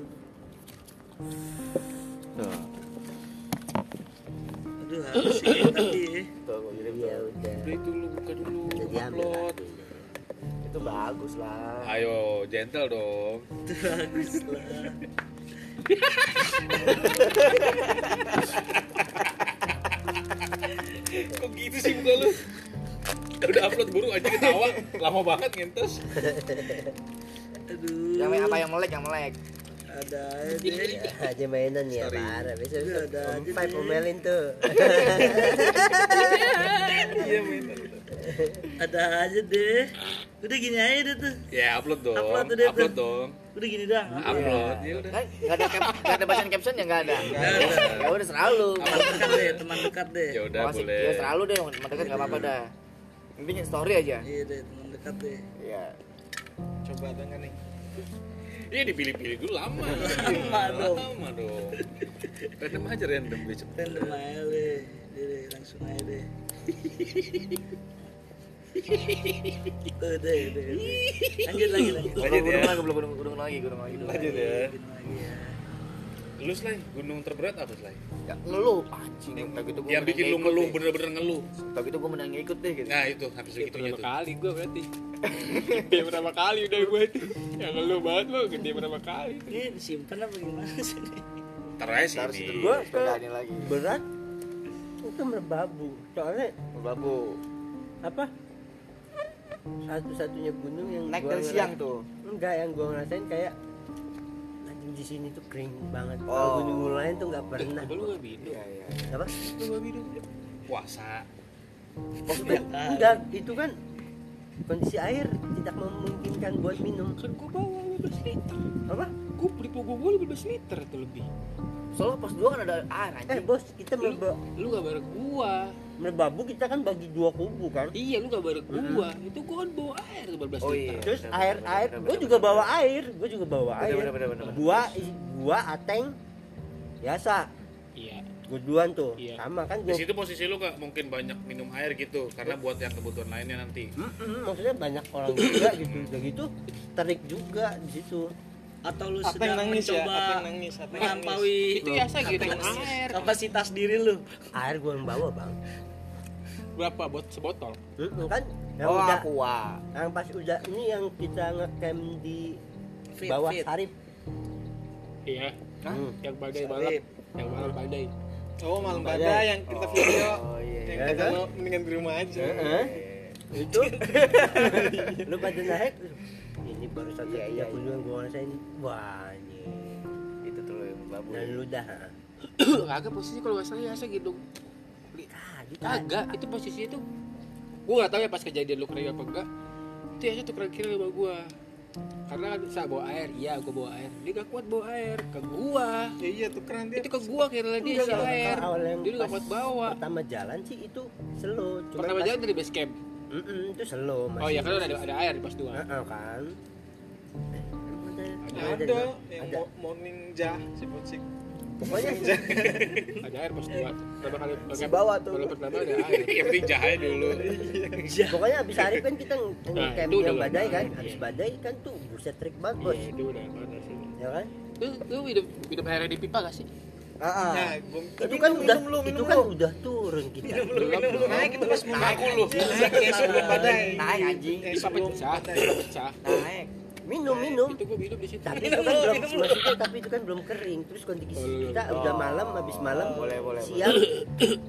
Speaker 2: Tuh.
Speaker 8: Aduh harus sih tapi ya.
Speaker 1: Tuh, gua kirim
Speaker 6: Ya
Speaker 1: tuh.
Speaker 6: udah.
Speaker 3: Udah itu lu buka dulu,
Speaker 6: Jadi ambil
Speaker 3: upload.
Speaker 6: lagi.
Speaker 1: Itu bagus lah.
Speaker 3: Ayo, gentle dong.
Speaker 8: itu bagus lah.
Speaker 3: Kok gitu sih muka lu? Udah upload buru aja ketawa, lama banget ngentos.
Speaker 8: Aduh.
Speaker 1: Yang apa yang melek, yang melek.
Speaker 8: Ada aja deh.
Speaker 6: Ya, aja mainan ya parah. Besok
Speaker 8: Udah ada
Speaker 6: Om
Speaker 8: aja
Speaker 6: Pai
Speaker 8: nih.
Speaker 6: omelin tuh.
Speaker 8: ada aja deh udah gini aja deh tuh
Speaker 3: Ya upload dong.
Speaker 8: Upload
Speaker 3: Upload,
Speaker 8: tuh deh tuh.
Speaker 3: dong.
Speaker 8: udah gini dah
Speaker 3: Upload. Ya udah.
Speaker 1: Kan nggak ada cap, nggak ada bacaan caption ya nggak ada. Ya udah serah lu.
Speaker 8: teman dekat deh teman dekat deh
Speaker 3: Ya udah
Speaker 1: Masih-
Speaker 3: boleh.
Speaker 1: Ya serah lu deh, teman dekat nggak apa-apa dah. Mending story aja.
Speaker 8: iya deh teman dekat deh
Speaker 1: Iya.
Speaker 7: coba ada nggak nih
Speaker 3: Iya dipilih-pilih dulu lama.
Speaker 8: Lama dong.
Speaker 3: Lama dong. Random aja random gue cepet.
Speaker 8: random aja deh Deh, deh langsung aja deh Tuh, deh, deh, deh. lanjut lagi lanjut
Speaker 1: Lanjut gunung lagi, belum gunung, gunung lagi, gunung lagi. Gunung
Speaker 3: Lanjut
Speaker 1: lagi.
Speaker 3: ya.
Speaker 8: Bikin lagi ya
Speaker 3: Lu Sly, gunung terberat apa Sly?
Speaker 1: Ya, ngeluh anjing. Tak gitu gua
Speaker 3: Yang bikin lu ngeluh bener-bener ngeluh.
Speaker 1: Tak gitu gua menang ikut deh gitu.
Speaker 3: Nah itu habis segitunya
Speaker 5: Pertama
Speaker 3: tuh.
Speaker 5: kali gue berarti Gede pertama kali udah gue itu Yang lu banget lu gede pertama kali
Speaker 8: ini disimpan apa gimana sih nih?
Speaker 3: Ntar aja
Speaker 1: Harus
Speaker 3: sini.
Speaker 1: itu gua sepedani lagi.
Speaker 6: berat itu merbabu soalnya
Speaker 1: Babu.
Speaker 6: apa satu-satunya gunung yang
Speaker 1: Naik
Speaker 6: gua
Speaker 1: dari
Speaker 6: ngera-
Speaker 1: siang tuh.
Speaker 6: enggak yang gua ngerasain kayak anjing di sini tuh kering banget
Speaker 1: Oh.
Speaker 6: kalau gunung lain tuh nggak pernah
Speaker 5: Apa lu gak bidung?
Speaker 1: Iya, iya.
Speaker 6: apa
Speaker 5: Lu gak bidung?
Speaker 3: Puasa.
Speaker 6: maksudnya enggak itu kan kondisi air tidak memungkinkan buat minum
Speaker 5: Kan gue bawa 15 liter
Speaker 6: apa
Speaker 5: Gue beli pogo gue 15 liter tuh lebih
Speaker 1: Soalnya pas dua kan ada air
Speaker 6: eh
Speaker 1: anjing.
Speaker 6: bos kita
Speaker 5: Lu,
Speaker 6: merba-
Speaker 5: lu gak bareng gua
Speaker 6: merbabu kita kan bagi dua kubu kan
Speaker 5: Iya lu gak bareng gua Itu gua kan bawa air 15
Speaker 1: Oh,
Speaker 5: liter
Speaker 1: iya.
Speaker 6: terus
Speaker 1: Bener,
Speaker 6: air
Speaker 1: bener,
Speaker 6: air
Speaker 1: bener,
Speaker 6: gue
Speaker 1: bener,
Speaker 6: juga
Speaker 1: bener.
Speaker 6: bawa air gue juga bawa
Speaker 1: Bener,
Speaker 6: air
Speaker 1: bener, bener, bener.
Speaker 6: gua gua ateng biasa
Speaker 5: Iya
Speaker 6: gue duluan tuh
Speaker 5: Iya.
Speaker 6: sama kan
Speaker 3: Di
Speaker 6: gue
Speaker 3: situ posisi lu gak mungkin banyak minum air gitu karena buat yang kebutuhan lainnya nanti.
Speaker 1: Hmm?
Speaker 6: maksudnya banyak orang juga gitu udah gitu terik juga di situ
Speaker 8: atau lu
Speaker 7: apa yang
Speaker 8: sedang
Speaker 7: nangis ya
Speaker 8: mencoba
Speaker 7: apa yang nangis apa yang nangis
Speaker 8: melampaui
Speaker 5: Itu biasa gitu air
Speaker 8: kapasitas diri lu
Speaker 6: air gue yang bawa bang
Speaker 5: Berapa buat sebotol?
Speaker 6: Mm-mm, kan yang
Speaker 1: Oh,
Speaker 6: udah
Speaker 1: aku wah.
Speaker 6: yang pas udah ini yang kita ngecamp di
Speaker 8: Fit,
Speaker 6: bawah
Speaker 8: fit.
Speaker 6: sarip
Speaker 5: Iya Hmm.
Speaker 1: Hah?
Speaker 5: Yang badai
Speaker 7: Sarip.
Speaker 5: balap Yang balap badai
Speaker 7: oh malam
Speaker 6: Badai.
Speaker 7: badai yang kita video
Speaker 1: Oh iya.
Speaker 7: yang
Speaker 6: Iya,
Speaker 7: kata
Speaker 6: kan?
Speaker 7: lo mendingan di rumah aja
Speaker 6: Heeh. itu lu pada naik ini baru satu
Speaker 1: Iya, iya,
Speaker 6: tiga puluh gue ngerasain wah anjing.
Speaker 1: Itu tuh lo yang babu.
Speaker 6: dan lu dah
Speaker 5: Kagak posisi kalau gak salah ya saya gitu
Speaker 6: tadi tadi
Speaker 5: Kagak, itu posisi itu gua gak tahu ya pas kejadian lu kering apa enggak Itu ya tuh kering kering sama gua Karena kan saya bawa air, iya gua bawa air Dia gak kuat bawa air, ke gua
Speaker 7: ya iya tuh keren dia
Speaker 5: Itu ke gua kira dia
Speaker 6: Enggak,
Speaker 5: isi
Speaker 6: kalau-
Speaker 5: air
Speaker 6: kalau awal yang
Speaker 5: Dia gak
Speaker 6: pas
Speaker 5: kuat bawa
Speaker 6: pertama jalan sih itu slow cuma
Speaker 5: Pertama
Speaker 6: pas-
Speaker 5: jalan dari base camp
Speaker 6: Mm-mm, itu slow
Speaker 5: Oh iya, karena ada, ada air di pas dua
Speaker 6: Heeh, kan
Speaker 7: ada,
Speaker 6: Ada,
Speaker 7: ada yang
Speaker 6: ada.
Speaker 7: mo- morning jah si bocik
Speaker 6: pokoknya
Speaker 5: Ada air pas dua Pertama kali
Speaker 1: Si bawa tuh.
Speaker 5: Baru pertama ada air
Speaker 3: Yang penting jahai dulu.
Speaker 6: pokoknya abis hari kan kita ng-
Speaker 5: Nah,
Speaker 6: ngecamp
Speaker 5: itu udah
Speaker 6: yang badai kan
Speaker 5: banget,
Speaker 6: abis
Speaker 5: iya.
Speaker 6: badai kan tuh buset trik banget
Speaker 5: Iya,
Speaker 6: bos
Speaker 5: itu udah panas ini.
Speaker 6: ya kan
Speaker 5: Lu, lu hidup, hidup airnya di pipa gak sih?
Speaker 6: Ah, ah.
Speaker 7: nah gua
Speaker 6: itu kan udah itu kan udah turun kita
Speaker 7: minum lu naik itu pas mau
Speaker 3: Aku lu.
Speaker 7: naik yang sebelum badai
Speaker 1: Naik anjing.
Speaker 7: yang
Speaker 5: Pipa
Speaker 7: sebelum
Speaker 5: pecah, pipa pecah
Speaker 1: Naik.
Speaker 6: minum minum
Speaker 5: Itu gua hidup di situ
Speaker 6: tapi itu kan belum maksudnya tapi itu kan belum kering terus
Speaker 5: Oh,
Speaker 6: kondisi
Speaker 5: iya.
Speaker 6: kita udah malam habis malam
Speaker 5: Ah,
Speaker 1: Boleh, boleh,
Speaker 6: siang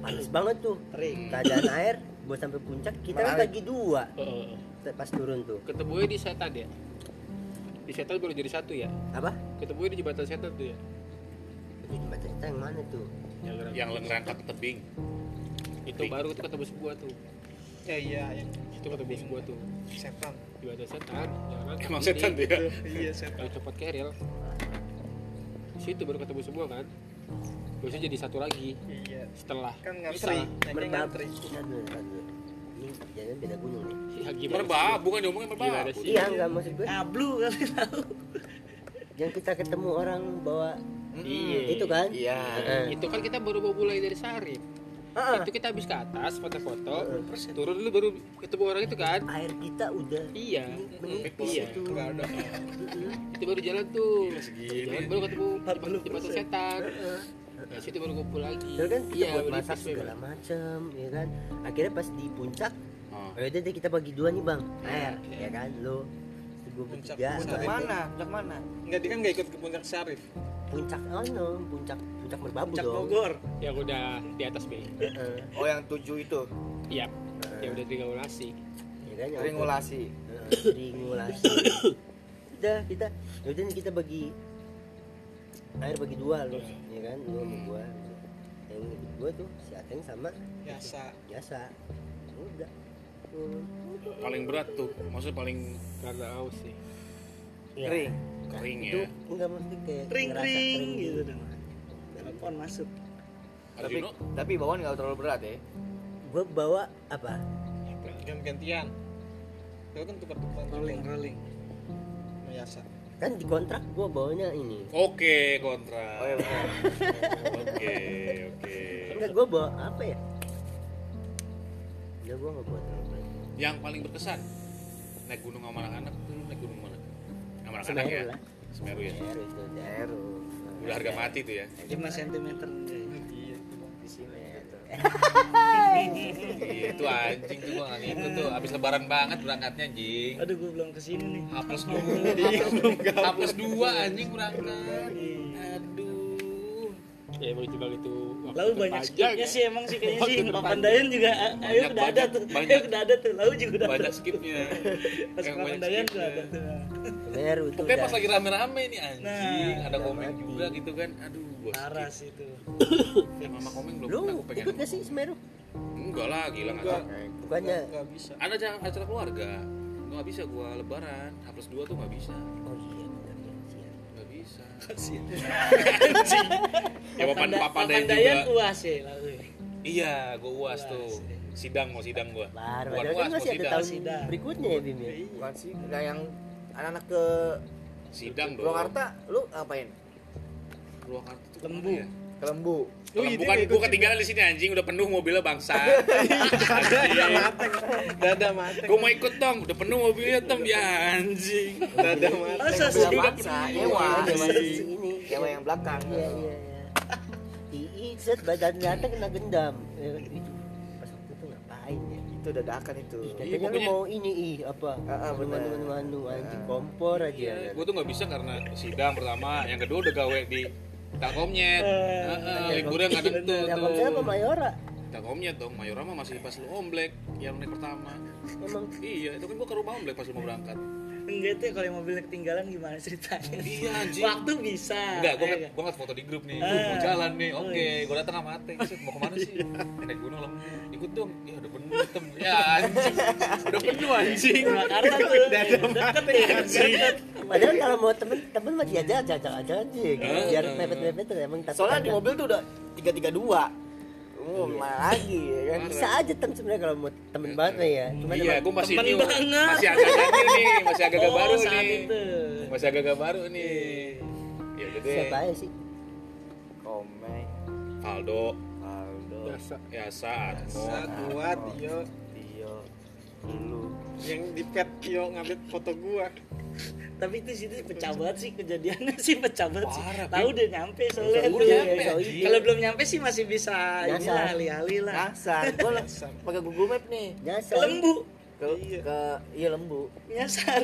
Speaker 6: panas banget tuh
Speaker 1: Terik.
Speaker 6: keadaan air buat sampai puncak kita kan
Speaker 1: Menarik.
Speaker 6: bagi dua
Speaker 5: Oh, oh, oh.
Speaker 6: pas turun tuh
Speaker 5: ketemunya di setan ya di setan baru jadi satu ya
Speaker 6: apa
Speaker 5: ketemunya di jembatan setan tuh ya
Speaker 6: Di jembatan kita yang mana tuh
Speaker 5: yang gerak.
Speaker 3: Yang lengrangka ke tebing.
Speaker 5: itu baru itu ketemu sebuah tuh
Speaker 7: ya iya yang
Speaker 5: itu ketemu sebuah tuh
Speaker 7: setan
Speaker 5: jembatan setan yang gerak.
Speaker 3: Emang setan
Speaker 5: Ini,
Speaker 3: tuh ya.
Speaker 7: iya setan
Speaker 5: kalau cepat keril Di situ baru ketemu semua kan biasanya jadi satu lagi
Speaker 7: iya
Speaker 5: setelah
Speaker 7: kan ngantri
Speaker 5: Bisa.
Speaker 7: naiknya
Speaker 6: merbabu
Speaker 7: ngantri
Speaker 6: Bentar dulu, bentar dulu. ini jangan beda gunung nih
Speaker 5: ya gimana
Speaker 3: Merbab, bukan diomongin
Speaker 5: Gimana
Speaker 3: merbab.
Speaker 5: sih?
Speaker 6: iya nggak maksud gue
Speaker 8: ablu kali tahu
Speaker 6: yang kita ketemu orang bawa
Speaker 5: iya
Speaker 6: itu kan
Speaker 1: Iya.
Speaker 6: Heeh.
Speaker 5: itu kan kita baru mau mulai dari Sarip
Speaker 6: Heeh.
Speaker 5: itu kita habis ke atas foto-foto turun dulu baru ketemu orang itu kan
Speaker 6: air kita udah
Speaker 5: iya
Speaker 6: menipis
Speaker 5: iya
Speaker 6: itu
Speaker 7: nggak ada
Speaker 5: itu baru jalan tuh
Speaker 3: Gila, segini.
Speaker 5: jalan baru ketemu jembatan
Speaker 6: 40%.
Speaker 5: jembatan setan Nah, situ baru kumpul lagi Iya,
Speaker 6: Terus kan kita buat
Speaker 5: udah
Speaker 6: masak
Speaker 5: pas
Speaker 6: segala
Speaker 5: memang.
Speaker 6: macem ya kan akhirnya pas di puncak
Speaker 3: Ah.
Speaker 6: oh yaudah deh kita bagi dua nih bang
Speaker 5: Iya.
Speaker 6: air ya kan lo gue
Speaker 7: Puncak,
Speaker 6: bertiga
Speaker 7: puncak.
Speaker 6: sama
Speaker 1: Mana? Puncak mana?
Speaker 7: nggak dia kan nggak ikut ke puncak syarif
Speaker 6: puncak ono puncak puncak merbabu
Speaker 7: puncak
Speaker 6: dong
Speaker 7: bogor
Speaker 5: yang udah di atas B
Speaker 6: Heeh,
Speaker 1: Oh yang tujuh itu.
Speaker 5: iya yang udah triangulasi
Speaker 6: ya kan yang-
Speaker 1: Tringulasi.
Speaker 6: Heeh, tringulasi udah kita yaudah nih kita bagi air bagi dua lo ya kan lo sama gua yang ikut gua tuh si Ateng sama
Speaker 7: biasa
Speaker 6: biasa udah
Speaker 3: paling berat tuh maksudnya paling
Speaker 5: Kagak haus sih.
Speaker 8: Ring,
Speaker 3: kering
Speaker 6: itu
Speaker 3: ya
Speaker 6: enggak mesti kayak
Speaker 8: ring,
Speaker 6: ngerasa
Speaker 8: ring
Speaker 6: kering.
Speaker 8: gitu dong. Telepon masuk.
Speaker 1: tapi
Speaker 3: Arjuno
Speaker 1: tapi bawaan nggak terlalu berat ya
Speaker 6: Gua bawa apa?
Speaker 7: gantian itu kan tukar-tukaran
Speaker 8: Rolling, rolling.
Speaker 7: meyasak
Speaker 6: Kan di kontrak gua bawanya ini.
Speaker 3: oke kontra
Speaker 1: oh iya benar
Speaker 3: oke oke
Speaker 6: Enggak gua bawa apa ya? Enggak gua enggak bawa terlalu banyak.
Speaker 3: yang paling berkesan naik gunung sama anak-anak tuh naik gunung mana sama anak-anak
Speaker 6: Semeru
Speaker 3: ya
Speaker 6: lah.
Speaker 3: Semeru ya
Speaker 6: Semeru itu Semeru.
Speaker 3: udah harga mati tuh ya
Speaker 8: 5 cm
Speaker 3: Iya, itu anjing tuh gua nggak ngikut tuh abis lebaran banget berangkatnya anjing
Speaker 8: Aduh, gue belum kesini nih. Iya,
Speaker 3: hapus dua hapus dua anjing berangkat
Speaker 8: Iya.
Speaker 3: aduh
Speaker 5: Ya emang juga gitu. waktu
Speaker 8: Lalu banyak
Speaker 5: terpanjang
Speaker 8: skipnya
Speaker 5: ya.
Speaker 8: sih emang sih kayaknya sih.
Speaker 5: Waktu
Speaker 8: Papan
Speaker 5: terpanjang.
Speaker 8: Dayan juga, a- ayo
Speaker 3: Banyak,
Speaker 8: udah ada
Speaker 3: banyak,
Speaker 8: tuh. Ayo
Speaker 3: banyak.
Speaker 8: udah ada tuh. Lalu juga udah ada.
Speaker 3: banyak skipnya
Speaker 8: Pas
Speaker 3: Eh,
Speaker 8: Papan
Speaker 3: banyak
Speaker 8: Dayan udah ada
Speaker 3: skipnya.
Speaker 8: tuh.
Speaker 6: Semeru itu.
Speaker 3: Pokoknya
Speaker 6: udah.
Speaker 3: pas lagi rame-rame nih anjing,
Speaker 8: Nah,
Speaker 3: ada
Speaker 6: udah
Speaker 3: komen
Speaker 6: mati.
Speaker 3: juga gitu kan. Aduh, gua
Speaker 8: Parah
Speaker 3: skip.
Speaker 8: sih itu.
Speaker 3: Eh, Mama komen belum
Speaker 6: Lu
Speaker 3: pernah aku pengen.
Speaker 6: ikut gak sih Semeru?
Speaker 3: Enggak lah, gila enggak. ada.
Speaker 6: Bukannya
Speaker 7: nggak bisa
Speaker 3: Ada acara, acara keluarga. Gua nggak bisa gua lebaran, H+2 tuh nggak bisa.
Speaker 6: Oh iya, benar ya. siap.
Speaker 3: Nggak bisa.
Speaker 8: Kasihan.
Speaker 3: Ya papan
Speaker 8: Da-
Speaker 3: papan
Speaker 8: Papan
Speaker 3: Dayan
Speaker 8: Dayan
Speaker 3: juga.
Speaker 8: uas ya lalu. ya.
Speaker 3: Iya, gua UAS
Speaker 8: Uas,
Speaker 3: tuh.
Speaker 8: iya.
Speaker 3: Sidang mau sidang gua.
Speaker 6: Baru
Speaker 3: Bukan UAS,
Speaker 6: padahal kan
Speaker 3: mau
Speaker 6: masih ada
Speaker 3: sidang.
Speaker 6: tahun
Speaker 8: Sidang.
Speaker 6: berikutnya ya
Speaker 3: Iya,
Speaker 6: Bim ya.
Speaker 1: bukan sih nah yang anak-anak ke
Speaker 3: Sidang dong.
Speaker 1: Purwakarta lu ngapain
Speaker 3: Purwakarta tuh
Speaker 8: Lembu.
Speaker 3: kemana ya?
Speaker 1: ke Lembu
Speaker 3: Kalau bukan gua ketinggalan di sini anjing udah penuh mobilnya bangsa.
Speaker 7: dada mati
Speaker 3: gua mau ikut dong, udah penuh mobilnya tem ya anjing.
Speaker 7: dada mati
Speaker 8: Masa
Speaker 1: Mobil
Speaker 8: sedih
Speaker 1: Avanza, nyewa
Speaker 6: Iya, dia masih ini.
Speaker 1: nyewa yang belakang
Speaker 6: Iya iya iya. Ii set badan datang kena gendam. Ya kan, itu. Pas waktu itu ngapain ya?
Speaker 1: itu dadakan itu
Speaker 6: Ih,
Speaker 3: Iya,
Speaker 6: katanya lu
Speaker 3: pokoknya-
Speaker 6: mau ini ih apa?
Speaker 1: Ah, ah, bener.
Speaker 6: Manu manu manu anjing kompor aja.
Speaker 3: Iya, gue tuh nggak bisa karena sidang pertama, yang kedua udah gawe di Telkomnya, Heeh,
Speaker 6: iya,
Speaker 3: liburnya nggak tentu
Speaker 6: Siapa siapa
Speaker 3: Ah, tuh.
Speaker 6: Mayora?
Speaker 3: Telkomnya dong, Mayora mah masih pas lu omblek yang naik pertama.
Speaker 6: Emang
Speaker 3: Iya, itu kan gue ke rumah omblek pas lu mau berangkat.
Speaker 8: Enggak tuh kalau yang mobilnya ketinggalan gimana ceritanya?
Speaker 3: Iya anjing.
Speaker 8: Waktu bisa.
Speaker 3: Enggak, gue
Speaker 8: ya
Speaker 3: ngeliat,
Speaker 8: kan?
Speaker 3: gua ngeliat foto di grup nih,
Speaker 8: Ah.
Speaker 3: mau jalan nih,
Speaker 8: Oh,
Speaker 3: oke,
Speaker 8: iya.
Speaker 3: gue datang sama Ateng, set, mau kemana sih? Naik gunung lah, ikut dong, ya udah penuh tem, ya anjing, udah penuh anjing.
Speaker 8: Purwakarta tuh deket ya deket.
Speaker 6: padahal kalau mau temen-temen masih ada cocok aja aja gitu.
Speaker 3: Ah,
Speaker 6: Biar
Speaker 3: ah.
Speaker 6: mepet-mepet emang tapi
Speaker 1: soalnya di
Speaker 6: kagak.
Speaker 1: mobil tuh udah tiga tiga dua lagi ya kan
Speaker 6: bisa aja tem sebenarnya kalau mau temen banget mah ya. Cuman
Speaker 3: Iya, gue masih
Speaker 8: temen
Speaker 3: new,
Speaker 8: banget.
Speaker 3: masih agak-agak new nih, masih agak-agak
Speaker 8: Oh,
Speaker 3: baru
Speaker 8: saat
Speaker 3: nih.
Speaker 8: itu. Iya.
Speaker 3: Masih agak-agak baru nih. Ya udah deh.
Speaker 6: siapa aja sih?
Speaker 1: komeng
Speaker 3: Aldo, Ya,
Speaker 1: Aldo
Speaker 5: Biasa.
Speaker 3: Yasa, Atmo.
Speaker 7: Bisa kuat yo
Speaker 1: Tio lu
Speaker 7: yang di pet yo ngambil foto gua
Speaker 8: Tapi itu situ pecah banget sih kejadiannya sih pecah banget sih.
Speaker 3: Parah,
Speaker 8: Tahu udah nyampe soalnya
Speaker 3: Udah
Speaker 8: tuh.
Speaker 3: nyampe, anjing.
Speaker 8: Kalau belum nyampe sih masih bisa inilah
Speaker 6: Nyasar.
Speaker 8: alih-alih lah.
Speaker 1: Nyasar, gue pakai Google Map nih
Speaker 6: Nyasar.
Speaker 8: Kelembu
Speaker 1: ke ke iya lembu.
Speaker 8: nyasar.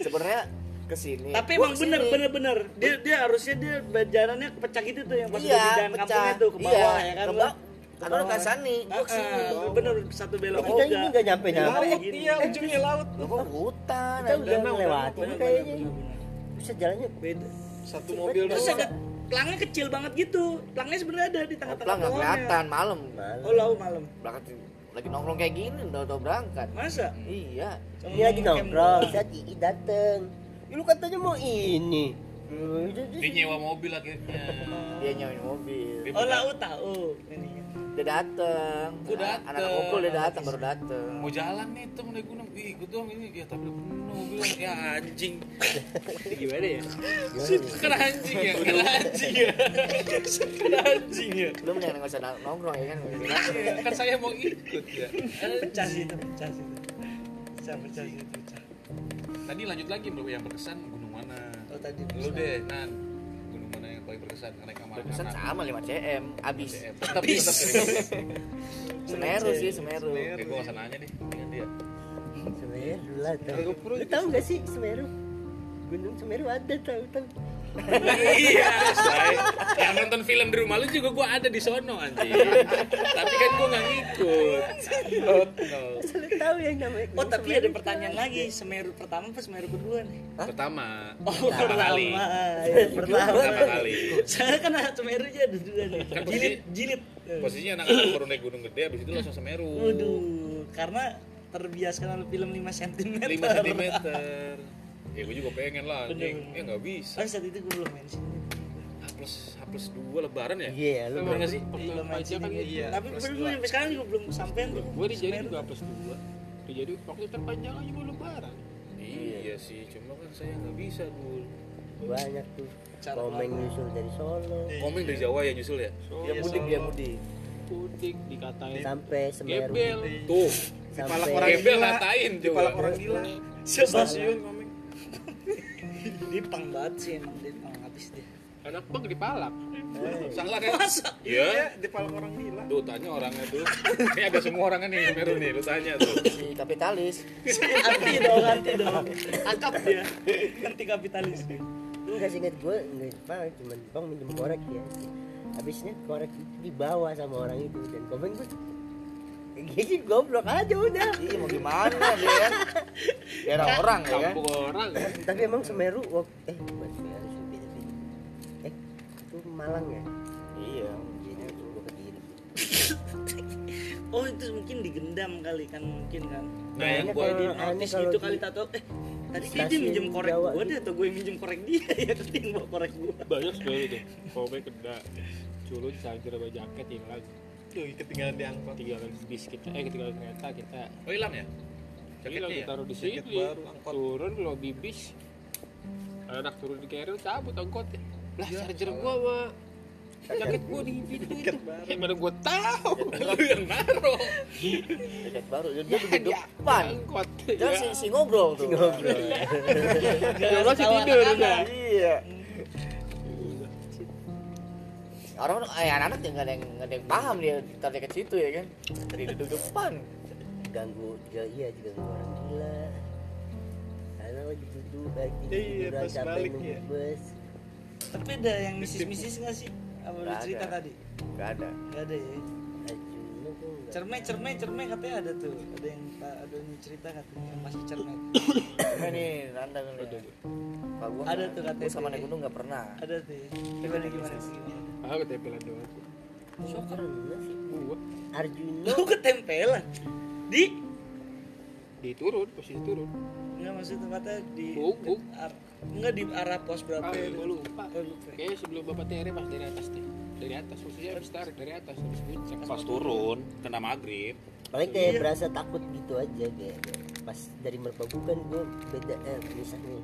Speaker 1: Sebenarnya ke sini.
Speaker 8: Tapi
Speaker 1: Gua
Speaker 8: emang
Speaker 1: kesini.
Speaker 8: bener bener bener dia dia harusnya dia jalannya kepecah gitu tuh yang pas udah
Speaker 1: Iya,
Speaker 8: di jalan
Speaker 1: pecah.
Speaker 8: kampungnya tuh ke bawah
Speaker 1: Iya,
Speaker 8: ya kan.
Speaker 1: ke bawah.
Speaker 8: Ke
Speaker 1: Kan orang
Speaker 8: bawah.
Speaker 1: Kasani, gua
Speaker 8: Ah,
Speaker 1: kesini.
Speaker 8: ah, bener satu belok
Speaker 6: Kita ini
Speaker 8: juga. iya.
Speaker 6: nggak nyampe nyampe.
Speaker 7: laut dia ujungnya laut
Speaker 1: Loh, kok hutan?
Speaker 6: Kita
Speaker 1: anjing?
Speaker 6: udah melewati
Speaker 8: Bener, bener,
Speaker 6: kayaknya.
Speaker 8: bener, bener.
Speaker 6: Bisa jalannya
Speaker 8: Beda.
Speaker 7: satu mobil
Speaker 8: Terus
Speaker 7: doang
Speaker 8: ada pelangnya kecil banget gitu. Pelangnya sebenarnya ada di tengah-tengah
Speaker 1: Pelan nggak
Speaker 8: pohonnya.
Speaker 1: kelihatan malam.
Speaker 8: Oh, lau ya? malam.
Speaker 1: Berangkat lagi nongkrong kayak gini, udah udah berangkat.
Speaker 8: Masa?
Speaker 1: Iya.
Speaker 6: Ini lagi nongkrong, saat Ii dateng. Ya, lu katanya mau ini. Hmm, itu- itu-
Speaker 3: Dia nyewa mobil akhirnya.
Speaker 1: Dia nyawain mobil.
Speaker 8: Oh, lau tahu. Ini.
Speaker 1: Dia dateng.
Speaker 3: Gua
Speaker 1: Anak-
Speaker 3: dateng.
Speaker 1: Anak kumpul dia dateng baru dateng.
Speaker 3: Mau jalan nih tuh naik gunung, ih ikut dong ini ya tapi udah penuh mobil ya anjing.
Speaker 7: gimana ya
Speaker 3: Kan anjing ya, kan anjing ya, kan anjing ya.
Speaker 1: Lu mendingan nggak usah na- nongkrong ya kan.
Speaker 3: Iya, Kan saya mau ikut ya.
Speaker 8: Pecah sih itu, pecah sih itu. Pecah, pecah sih itu, pecah.
Speaker 3: Tadi lanjut lagi bro yang berkesan gunung mana?
Speaker 8: Oh, tadi
Speaker 3: Lu deh, Nan. Gunung mana yang paling berkesan? Naik sama
Speaker 1: Berkesan
Speaker 3: anak-anak.
Speaker 1: sama 5 cm abis.
Speaker 3: CM. Tetap tetap pilih.
Speaker 1: Semeru sih Semeru.
Speaker 3: Oke, gua nggak usah nanya deh dengan dia.
Speaker 6: Semeru lah tau. Lu tau gak sih Semeru? Gunung Semeru ada tau tau.
Speaker 3: iya, say. Yang nonton film di rumah lu juga gua ada di sono anjing. Tapi kan gua nggak ngikut. No.
Speaker 6: Asal lu tau yang namanya
Speaker 8: Oh,
Speaker 6: Gunung
Speaker 8: tapi
Speaker 6: Semeru
Speaker 8: ada
Speaker 6: itu
Speaker 8: pertanyaan
Speaker 6: ada.
Speaker 8: lagi. Semeru pertama apa Semeru kedua nih?
Speaker 3: Pertama,
Speaker 8: Oh,
Speaker 3: pertama kali.
Speaker 8: Ya, pertama.
Speaker 3: Pertama kali.
Speaker 8: Saya kan Semerunya ada dua nih.
Speaker 3: Kan posisi-
Speaker 8: Jilid, jilid.
Speaker 3: Posisinya anak-anak baru naik gunung gede, habis itu langsung Semeru.
Speaker 8: Waduh, karena terbiaskan oleh film 5 cm
Speaker 3: 5 cm ya gue juga pengen lah anjing
Speaker 8: Bener-bener.
Speaker 3: ya nggak bisa
Speaker 8: Oh, saat itu gue belum mention
Speaker 3: H plus H plus dua lebaran ya
Speaker 6: Iya, lu
Speaker 3: Bener nggak sih
Speaker 5: Pertama
Speaker 8: belum
Speaker 5: aja
Speaker 8: mention
Speaker 5: kan
Speaker 8: ini.
Speaker 5: iya.
Speaker 8: tapi
Speaker 3: plus
Speaker 8: belum
Speaker 3: dua.
Speaker 8: sampai sekarang juga belum sampean tuh
Speaker 5: Gue dijadi juga plus dua. Dijadi waktu terpanjang aja gue lebaran.
Speaker 3: iya sih cuma kan saya nggak bisa gue
Speaker 6: banyak tuh
Speaker 8: Cara
Speaker 6: komeng nyusul dari Solo
Speaker 3: komen dari Jawa ya nyusul ya
Speaker 2: Dia mudik, dia mudik.
Speaker 5: Putik dikatain
Speaker 6: sampai Semeru
Speaker 5: Iya. gebel.
Speaker 3: tuh
Speaker 6: sampai
Speaker 7: orang
Speaker 3: Gebel
Speaker 7: gila.
Speaker 3: ngatain
Speaker 7: Kepala
Speaker 3: coba
Speaker 7: orang gila.
Speaker 8: siapa sih
Speaker 7: Stasiun komik.
Speaker 8: dia pang banget sih emang dia pang habis dia
Speaker 5: Anak peng dipalak.
Speaker 3: salah kan
Speaker 8: masa
Speaker 3: iya
Speaker 7: Di kepala orang gila.
Speaker 3: Tuh tanya orangnya dulu. Ini ada semua orangnya nih Meru nih, lu tanya tuh.
Speaker 1: si kapitalis
Speaker 8: anti dong anti dong tangkap dia anti kapitalis
Speaker 6: enggak sih inget gue enggak banget cuman bang minjem korek ya habisnya korek itu dibawa sama orang itu dan komen gue gini goblok aja udah
Speaker 1: Iya mau gimana dia kan? Daerah orang ya kan?
Speaker 5: Kampung orang. ya.
Speaker 6: tapi emang Semeru wak- eh bukan Semeru sih beda beda eh itu Malang ya
Speaker 1: Iya.
Speaker 6: jadi gue kediri
Speaker 8: oh itu mungkin digendam kali kan mungkin kan
Speaker 3: Nah, yang
Speaker 6: Kayaknya
Speaker 3: gua
Speaker 6: kalau-
Speaker 8: Dia
Speaker 6: Aneh
Speaker 8: notice
Speaker 6: kalau
Speaker 8: gitu
Speaker 6: di-
Speaker 8: kali tato eh tadi kayak dia
Speaker 6: stasiun
Speaker 8: minjem korek
Speaker 6: Jawa
Speaker 8: gue
Speaker 6: gitu.
Speaker 8: deh atau gue yang minjem korek dia ya tapi yang bawa korek gue
Speaker 5: Banyak sekali deh. Pokoknya kena culun santir sama jaket hilang.
Speaker 7: Yoi, ketinggalan di angkot.
Speaker 5: Ketinggalan bis kita eh ketinggalan kereta kita.
Speaker 3: Oh, hilang ya?
Speaker 5: Hilang
Speaker 3: Jaketnya ya?
Speaker 5: ditaruh di
Speaker 7: Jaket
Speaker 5: sini.
Speaker 7: baru, angkot.
Speaker 5: Turun ke lobi bis. Anak turun di carrier cabut angkotnya. Lah charger gua sama jaket gua di pintu itu. Ya mana gua tahu.
Speaker 3: Lu yang naruh.
Speaker 1: Dekat baru dia duduk di depan.
Speaker 5: Iya, Angkot.
Speaker 1: Jangan si, si ngobrol tuh.
Speaker 6: ngobrol
Speaker 5: Ya Allah sih tidur udah.
Speaker 1: Iya. Orang eh anak-anak ya nggak ada yang nggak ada yang paham dia tarik ke situ ya kan. Tadi duduk depan.
Speaker 6: ganggu juga iya juga ganggu orang gila karena lagi duduk lagi
Speaker 7: Iya,
Speaker 6: tiduran
Speaker 7: pas
Speaker 6: capek
Speaker 7: balik
Speaker 6: nunggu
Speaker 7: ya.
Speaker 6: bus
Speaker 8: tapi ada yang misis-misis nggak sih apa lu
Speaker 1: Nggak
Speaker 8: cerita
Speaker 1: ada.
Speaker 8: tadi
Speaker 1: Gak ada.
Speaker 8: nggak ada ya
Speaker 6: Acuhnya tuh nggak-
Speaker 8: cerme cerme cerme katanya ada tuh ada yang ada yang cerita katanya yang masih cerme
Speaker 1: Ini nih Nanda kan. Pak gua
Speaker 8: Ada
Speaker 1: nggak-
Speaker 8: tuh katanya
Speaker 1: gua sama
Speaker 8: tuh.
Speaker 1: naik gunung nggak pernah.
Speaker 8: ada tuh ya. gimana gimana gimana
Speaker 5: Ah ketempelan doang.
Speaker 6: Syukur enggak sih
Speaker 5: Gua
Speaker 6: Arjuna
Speaker 8: lu ketempelan di
Speaker 5: diturun posisi turun.
Speaker 8: Enggak maksud Iya, tempatnya di
Speaker 5: Bubuk.
Speaker 8: ar- enggak di arah pos berapa
Speaker 5: Ah,
Speaker 8: itu?
Speaker 5: gua lupa.
Speaker 8: Oh, lupa.
Speaker 5: Kayaknya sebelum bapak TR pas dari atas deh. Dari atas posisinya habis tarik dari atas habis puncak.
Speaker 3: Pas turun, kena maghrib.
Speaker 6: paling kayak berasa takut gitu aja kayak kayak pas dari merbabu kan gue beda eh misah nih
Speaker 8: Nah,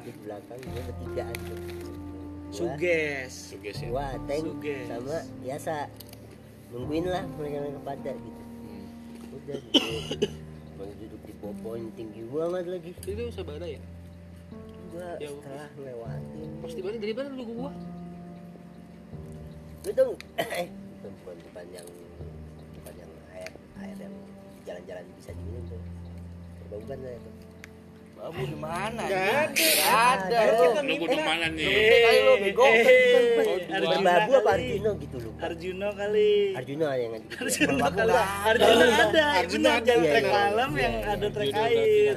Speaker 6: di belakang gue bertigaan tuh Gua-
Speaker 8: suges.
Speaker 3: Suges ya.
Speaker 6: gua tank
Speaker 8: Suges.
Speaker 6: sama biasa nungguin lah mereka mereka pada gitu
Speaker 3: Hmm.
Speaker 6: udah gitu Bang duduk di pohon tinggi banget lagi
Speaker 5: Itu sabana ya?
Speaker 6: gua
Speaker 5: Ya,
Speaker 6: setelah ngelewatin
Speaker 5: Pas di mana dari mana lu gua?
Speaker 6: lu tuh eh bukan bukan bukan yang bukan yang air air yang jalan-jalan bisa diminum tuh berbau kan lah itu
Speaker 1: Babu di mana?
Speaker 7: Nggak ada.
Speaker 1: Nggak ada.
Speaker 6: Ada.
Speaker 1: lu.
Speaker 3: Lu gua di mana nih?
Speaker 1: Kali lu
Speaker 8: Eh,
Speaker 1: bego.
Speaker 8: Iya, Arjuna
Speaker 6: Merbabu apa
Speaker 8: kali.
Speaker 6: Arjuna gitu lu
Speaker 8: Arjuna kali.
Speaker 6: Arjuna yang ngaji gitu ya.
Speaker 8: Arjuna
Speaker 1: Merbabu
Speaker 8: kali.
Speaker 1: nggak
Speaker 8: Arjuna
Speaker 6: ada.
Speaker 8: ada.
Speaker 7: Arjuna
Speaker 8: Benar
Speaker 7: ada.
Speaker 8: jalan
Speaker 6: Iya,
Speaker 8: trek
Speaker 6: iya.
Speaker 8: malam
Speaker 6: Iya,
Speaker 8: yang
Speaker 6: iya.
Speaker 8: ada trek
Speaker 5: Arjuna
Speaker 8: air.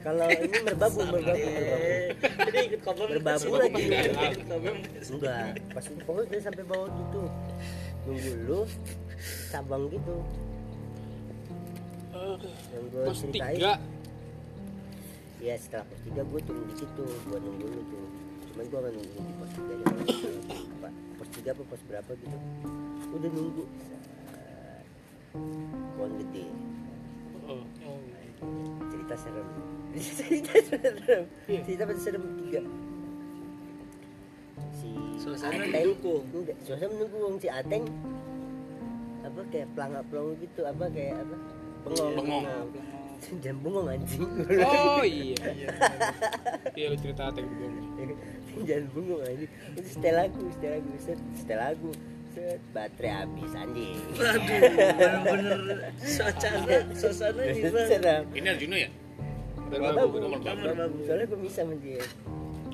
Speaker 6: kalau ini merbabu merbabu merbabu
Speaker 8: Eh, Jadi ikut kobam
Speaker 6: Merbabu lagi.
Speaker 8: Ikut kobam.
Speaker 6: enggak pas pokoknya dia sampai bawah gitu nunggu lu cabang gitu yang gue
Speaker 5: Pos
Speaker 6: ceritain
Speaker 5: tiga.
Speaker 6: ya setelah pos tiga gue turun di situ gue nunggu lu tuh cuman gue akan nunggu di pos tiga apa pos tiga apa pos berapa gitu udah nunggu Set. pohon gede
Speaker 5: Oh.
Speaker 6: cerita serem cerita serem cerita pasti serem tiga si
Speaker 8: Suasana
Speaker 6: Ateng-
Speaker 8: didukung.
Speaker 6: enggak suasana mendukung si Ateng apa kayak pelangak pelongo gitu apa kayak apa
Speaker 3: Bengong.
Speaker 6: bengong dan bengong anjing
Speaker 5: Oh iya. Iya lu cerita atek gua.
Speaker 6: jangan bengong anjing itu setel lagu setel lagu set setel lagu set baterai habis anjing
Speaker 8: Aduh, bener-bener suasana suasana di mana?
Speaker 6: serem
Speaker 3: Ini Arjuna ya?
Speaker 5: Merbabu.
Speaker 8: Merbabu.
Speaker 6: soalnya gue bisa sama dia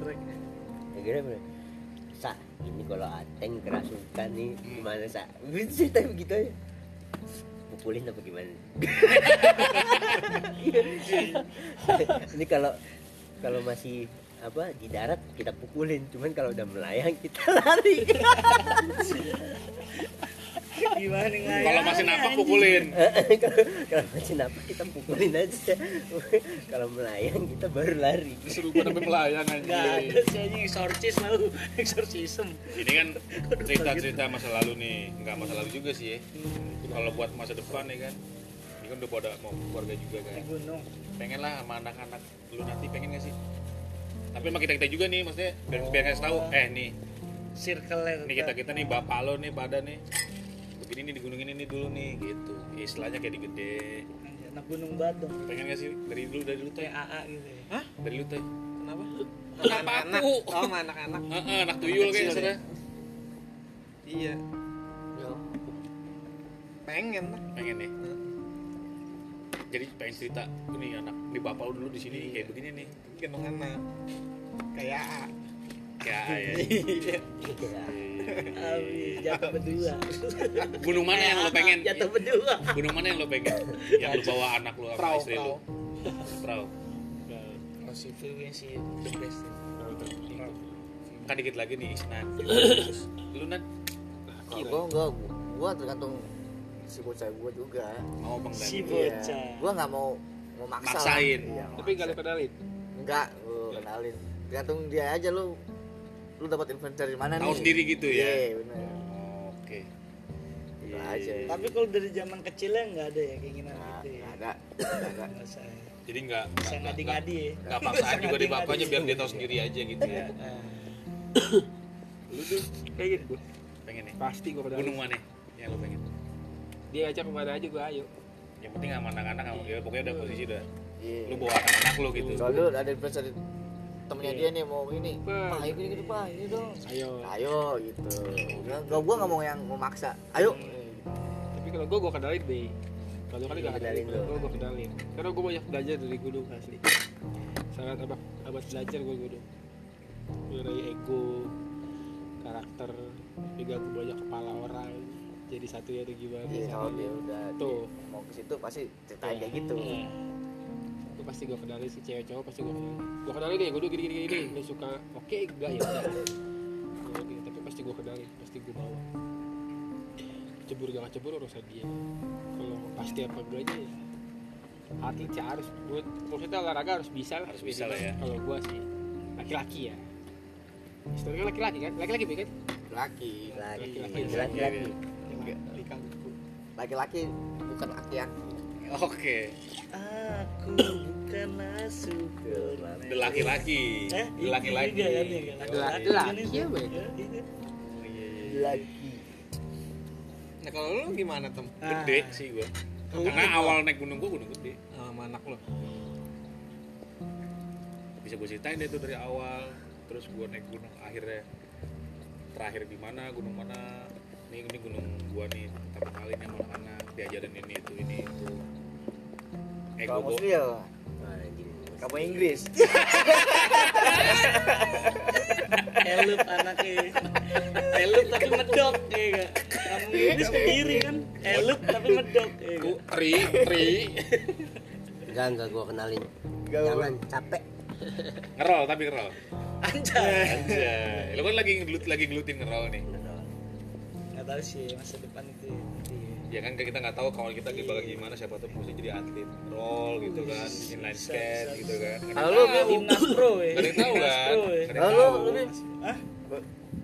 Speaker 8: Trek.
Speaker 6: akhirnya bener sa ini kalau ateng kerasukan nih gimana sa gue cerita begitu aja pukulin apa gimana ini kalau kalau masih apa di darat kita pukulin cuman kalau udah melayang kita lari
Speaker 8: gimana nih
Speaker 3: Kalau masih nampak pukulin.
Speaker 6: kalau masih nampak kita pukulin aja kalau melayang kita baru lari
Speaker 3: Disuruh gua sampai melayang
Speaker 8: nggak ada
Speaker 3: aja.
Speaker 8: sih anjing eksorsis lalu eksorsism
Speaker 3: Ini kan cerita-cerita masa lalu nih, nggak masa lalu juga sih ya. Kalau buat masa depan ya kan, ini kan udah pada mau keluarga juga kan.
Speaker 8: di gunung
Speaker 3: Pengen lah sama anak-anak dulu nanti pengen nggak sih? Tapi emang kita kita juga nih, maksudnya biar biar ngasih tahu,
Speaker 8: Oh.
Speaker 3: eh nih,
Speaker 8: circle
Speaker 3: ini kita kita nih bapak lo nih pada nih, begini nih di gunung ini nih dulu nih gitu. Ya, Istilahnya kayak di gede.
Speaker 8: anak gunung batu
Speaker 3: Pengen nggak sih dari dulu dari dulu teh?
Speaker 8: TAA gitu ya
Speaker 3: Dari dulu teh?
Speaker 4: Kenapa?
Speaker 3: Kenapa
Speaker 4: Anak-anak.
Speaker 3: aku?
Speaker 4: Oh, sama anak-anak.
Speaker 3: Eh, eh, anak tuyul
Speaker 4: Kecil
Speaker 3: kayak
Speaker 4: ya.
Speaker 3: sudah.
Speaker 4: Iya. Pengen lah.
Speaker 3: pengen nih jadi pengen cerita ini anak di bapak lu dulu di
Speaker 4: Iya.
Speaker 3: sini kayak begini nih
Speaker 4: Gendong anak. Kayak A.
Speaker 3: ya, ya.
Speaker 4: Iya.
Speaker 8: Abi jatuh berdua
Speaker 3: gunung mana yang lo pengen
Speaker 4: Ya,
Speaker 8: jatuh berdua
Speaker 3: gunung mana yang lo pengen yang lo bawa anak lo sama
Speaker 4: Perahu,
Speaker 3: istri lo perahu
Speaker 4: Kalau si Vivi sih the best. sih.
Speaker 3: kan dikit lagi nih Isnan lu nat
Speaker 1: Kalau gua enggak, gua tergantung si bocah gua juga.
Speaker 3: mau bang
Speaker 8: si
Speaker 3: Dani
Speaker 1: Iya.
Speaker 8: bocah
Speaker 1: Gua nggak mau mau maksa. lah.
Speaker 3: Maksain.
Speaker 1: Iya,
Speaker 5: Tapi gak dikenalin.
Speaker 1: enggak, lu kenalin. Tergantung dia aja lu lu dapat influencer dari mana nih?
Speaker 3: tahu sendiri gitu
Speaker 1: Iya,
Speaker 3: ya
Speaker 1: benar.
Speaker 3: Oh, oke Iya.
Speaker 1: Itu Gitu aja.
Speaker 8: Iya. tapi kalau dari zaman kecilnya nggak ada ya keinginan
Speaker 1: Nah,
Speaker 8: gitu ya
Speaker 1: nggak ada. nggak ada.
Speaker 8: Nggak usah ya.
Speaker 3: jadi nggak
Speaker 8: Bisa
Speaker 3: nggak- nggak
Speaker 8: ngadi-ngadi ya
Speaker 3: nggak paksaan juga di bapaknya biar dia tahu sendiri aja gitu ya
Speaker 5: Lu tuh pengen gue.
Speaker 3: pengen nih
Speaker 5: Pasti gue pada.
Speaker 3: gunung mana yang lo pengen
Speaker 5: Dia ajak kemana aja gue ayo.
Speaker 3: yang penting sama anak-anak sama ya pokoknya udah posisi udah
Speaker 1: Iya.
Speaker 3: lu bawa anak-anak lo gitu
Speaker 1: Soalnya dulu ada influencer temennya
Speaker 8: Iya.
Speaker 1: dia nih mau ini. Pak, ayo gini gini, Pak, ini dong.
Speaker 5: Ayo.
Speaker 1: Ayo gitu. Gua gua- gua nggak mau yang mau maksa. Ayo.
Speaker 5: Iya, gitu. Tapi kalau gue gue kenalin deh. Kalau lu kan gak kenalin,
Speaker 1: Kenalin Iya,
Speaker 5: kalau
Speaker 1: lu.
Speaker 5: gue gue kenalin. Karena gue banyak belajar dari gunung asli. Sangat abad abad belajar gue gunung. Mengenai ego, karakter, juga gue banyak kepala orang. Jadi satu ya tuh gimana?
Speaker 1: Iya, kalau dia udah
Speaker 5: Tuh,
Speaker 1: mau ke situ pasti ceritain kayak gitu.
Speaker 5: Iya. Hmm. Itu pasti gue kenalin si cewek cowok pasti gue kenalin. Gue kenalin deh, gue dulu gini gini gini. Lu suka oke enggak ya udah. Gua gini, Tapi pasti gue kenalin, pasti gue bawa. Cebur gak cebur urusan dia. Kalau pasti apa gue aja ya. Atlet sih harus, gue maksudnya olahraga harus bisa lah. gitu.
Speaker 3: Harus bisa lah ya.
Speaker 5: Kalau gue sih laki-laki ya. Historinya laki-laki kan, laki-laki baik kan?
Speaker 1: Laki.
Speaker 5: Laki-laki.
Speaker 6: laki-laki
Speaker 5: Laki-laki.
Speaker 1: Laki-laki bukan ya. laki-laki.
Speaker 3: oke
Speaker 8: aku bukanlah Superman
Speaker 3: The laki-laki.
Speaker 8: eh
Speaker 3: The laki-laki.
Speaker 8: juga kan ya, kan?
Speaker 5: Laki-laki.
Speaker 8: Iya,
Speaker 5: Iya, Bang.
Speaker 8: iya.
Speaker 1: Laki.
Speaker 4: Nah kalau lu gimana tem?
Speaker 3: Gede sih gua. Karena awal naik gunung gua gunung gede.
Speaker 4: Sama anak lo.
Speaker 3: Bisa gua ceritain deh tuh dari awal. Terus gua naik gunung akhirnya terakhir di mana gunung mana ini ini gunung gua nih pertama kali nih sama anak diajarin ini itu ini itu ego Eh,
Speaker 1: Kalau
Speaker 3: gua
Speaker 1: Musril,
Speaker 6: Wah, anjing.
Speaker 1: kamu Inggris.
Speaker 8: Elup anaknya Elup tapi medok ya enggak Kamu ini sendiri kan Elup tapi medok ya nggak?
Speaker 3: tri tri
Speaker 6: enggak enggak gua kenalin
Speaker 1: Enggak, gua-
Speaker 6: jangan capek
Speaker 3: ngerol tapi ngerol
Speaker 8: Anjay
Speaker 3: anjay lu kan lagi gelut lagi gelutin ngerol nih
Speaker 8: Gak tau sih masa depan itu Iya.
Speaker 3: ya
Speaker 8: ya.
Speaker 3: kan kita nggak tahu kawan kita bakal gimana siapa tuh mesti jadi atlet roll gitu
Speaker 8: Iya,
Speaker 3: kan inline skate gitu kan
Speaker 1: Kalau lu
Speaker 8: Ah, Timnas pro ya
Speaker 3: Gak ada yang tahu
Speaker 8: Timnas
Speaker 3: kan?
Speaker 8: pro ya
Speaker 3: Gak ada
Speaker 1: kalau
Speaker 3: yang
Speaker 1: lu
Speaker 3: tahu.
Speaker 1: lu nih
Speaker 8: Hah?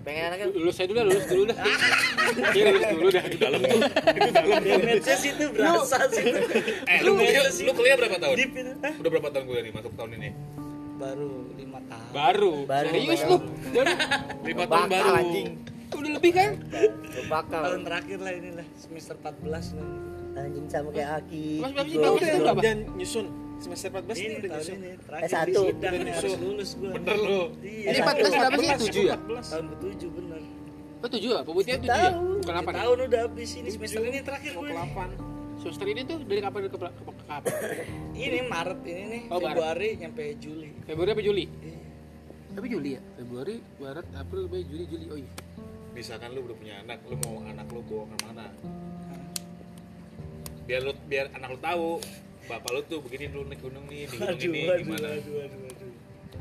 Speaker 1: pengen anaknya
Speaker 5: Lulus aja dulu dah, lulus dulu dah. Iya, lulus dulu dah.
Speaker 3: Dalam tuh.
Speaker 8: Damage-nya sih itu berasa sih itu.
Speaker 3: Eh, lu kuliah, lu kuliah berapa tahun?
Speaker 8: Deep itu Hah?
Speaker 3: Udah berapa tahun kuliah nih masuk tahun ini?
Speaker 8: Baru 5 tahun
Speaker 5: Baru.
Speaker 1: Baru,
Speaker 5: Serius
Speaker 1: baru.
Speaker 5: lu? Baru.
Speaker 3: Lima tahun
Speaker 1: bakal
Speaker 3: baru.
Speaker 1: anjing,
Speaker 5: Udah lebih kan?
Speaker 1: lu bakal.
Speaker 8: Tahun terakhir lah inilah Semester 14 lah
Speaker 6: anjing sama kayak aki
Speaker 5: Mas berapa sih?
Speaker 6: Gua-
Speaker 5: Bagus itu berapa?
Speaker 4: Dan Kan nyusun semester 14 nih
Speaker 8: Ini
Speaker 4: udah
Speaker 8: tahun
Speaker 4: nyusun.
Speaker 8: ini Terakhir
Speaker 6: S1.
Speaker 8: di sidang nih, harus lulus gue
Speaker 3: Bener lu.
Speaker 1: Eh,
Speaker 8: Iya
Speaker 5: Ini 14 berapa sih? 7 ya?
Speaker 4: 14.
Speaker 8: Tahun ke-7 bener
Speaker 5: Oh 7 ya? Pemutihan 7 ya? Bukan 8 ya?
Speaker 8: tahun udah habis ini semester ini terakhir
Speaker 4: Mau ke
Speaker 8: gue nih.
Speaker 4: 8.
Speaker 5: Suster ini tuh dari kapan ke, ke, ke kapan?
Speaker 8: ini Maret ini nih
Speaker 5: Oh, Maret.
Speaker 8: Februari nyampe Juli
Speaker 5: Februari apa Juli? Tapi Juli ya? Februari, Maret, April, Mei, Juli, Juli. Oh iya.
Speaker 3: Misalkan lu udah punya anak, lu mau anak lu bawa ke mana? Biar lu biar anak lu tahu bapak lu tuh begini dulu naik gunung nih, di gunung
Speaker 8: aduh
Speaker 3: ini
Speaker 8: aduh
Speaker 3: gimana? Nah,
Speaker 8: aduh aduh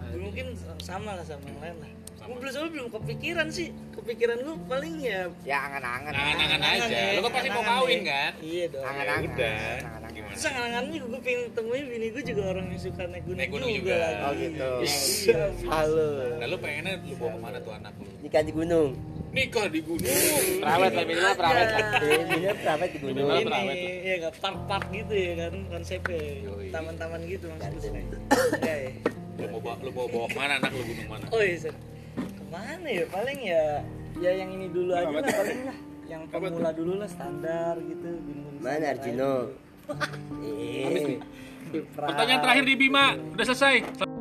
Speaker 8: aduh mungkin sama lah sama yang lain lah
Speaker 3: Sama.
Speaker 8: gue belum soalnya belum kepikiran sih ke kepikiran gue paling ya
Speaker 1: ya angan-angan
Speaker 3: Nah, angan aja.
Speaker 8: Angan-angan.
Speaker 3: Lo kan pasti mau kawin kan?
Speaker 8: iya dong
Speaker 1: Angan-angan.
Speaker 3: Udah.
Speaker 1: Angan-angan.
Speaker 3: Gimana?
Speaker 8: terus angan-angannya gue pengen temuin bini gue juga orang yang suka naik gunung,
Speaker 3: Naik gunung juga.
Speaker 8: lagi.
Speaker 1: oh gitu
Speaker 8: Iya,
Speaker 1: halo
Speaker 3: Nah, lo pengennya lo bawa kemana tuh anak lo?
Speaker 6: nikah di gunung
Speaker 3: Nikah di gunung.
Speaker 5: Perawat lah minimal perawat lah.
Speaker 6: Eh, bener perawat di gunung
Speaker 5: Minimal perawat lah.
Speaker 8: ini ya nggak park-park gitu ya kan konsepnya
Speaker 3: Yoi.
Speaker 8: taman-taman gitu maksudnya
Speaker 6: Garden.
Speaker 8: ya, ya.
Speaker 3: Lo mau bawa, lo bawa, bawa kemana anak lo gunung mana?
Speaker 8: oh iya Sir. kemana ya paling ya ya yang ini dulu aja lah paling lah yang pemula dulu lah standar gitu gunung
Speaker 6: mana Eh. Arjino eh
Speaker 8: pertanyaan
Speaker 5: Pertanyaan terakhir di Bima, udah selesai.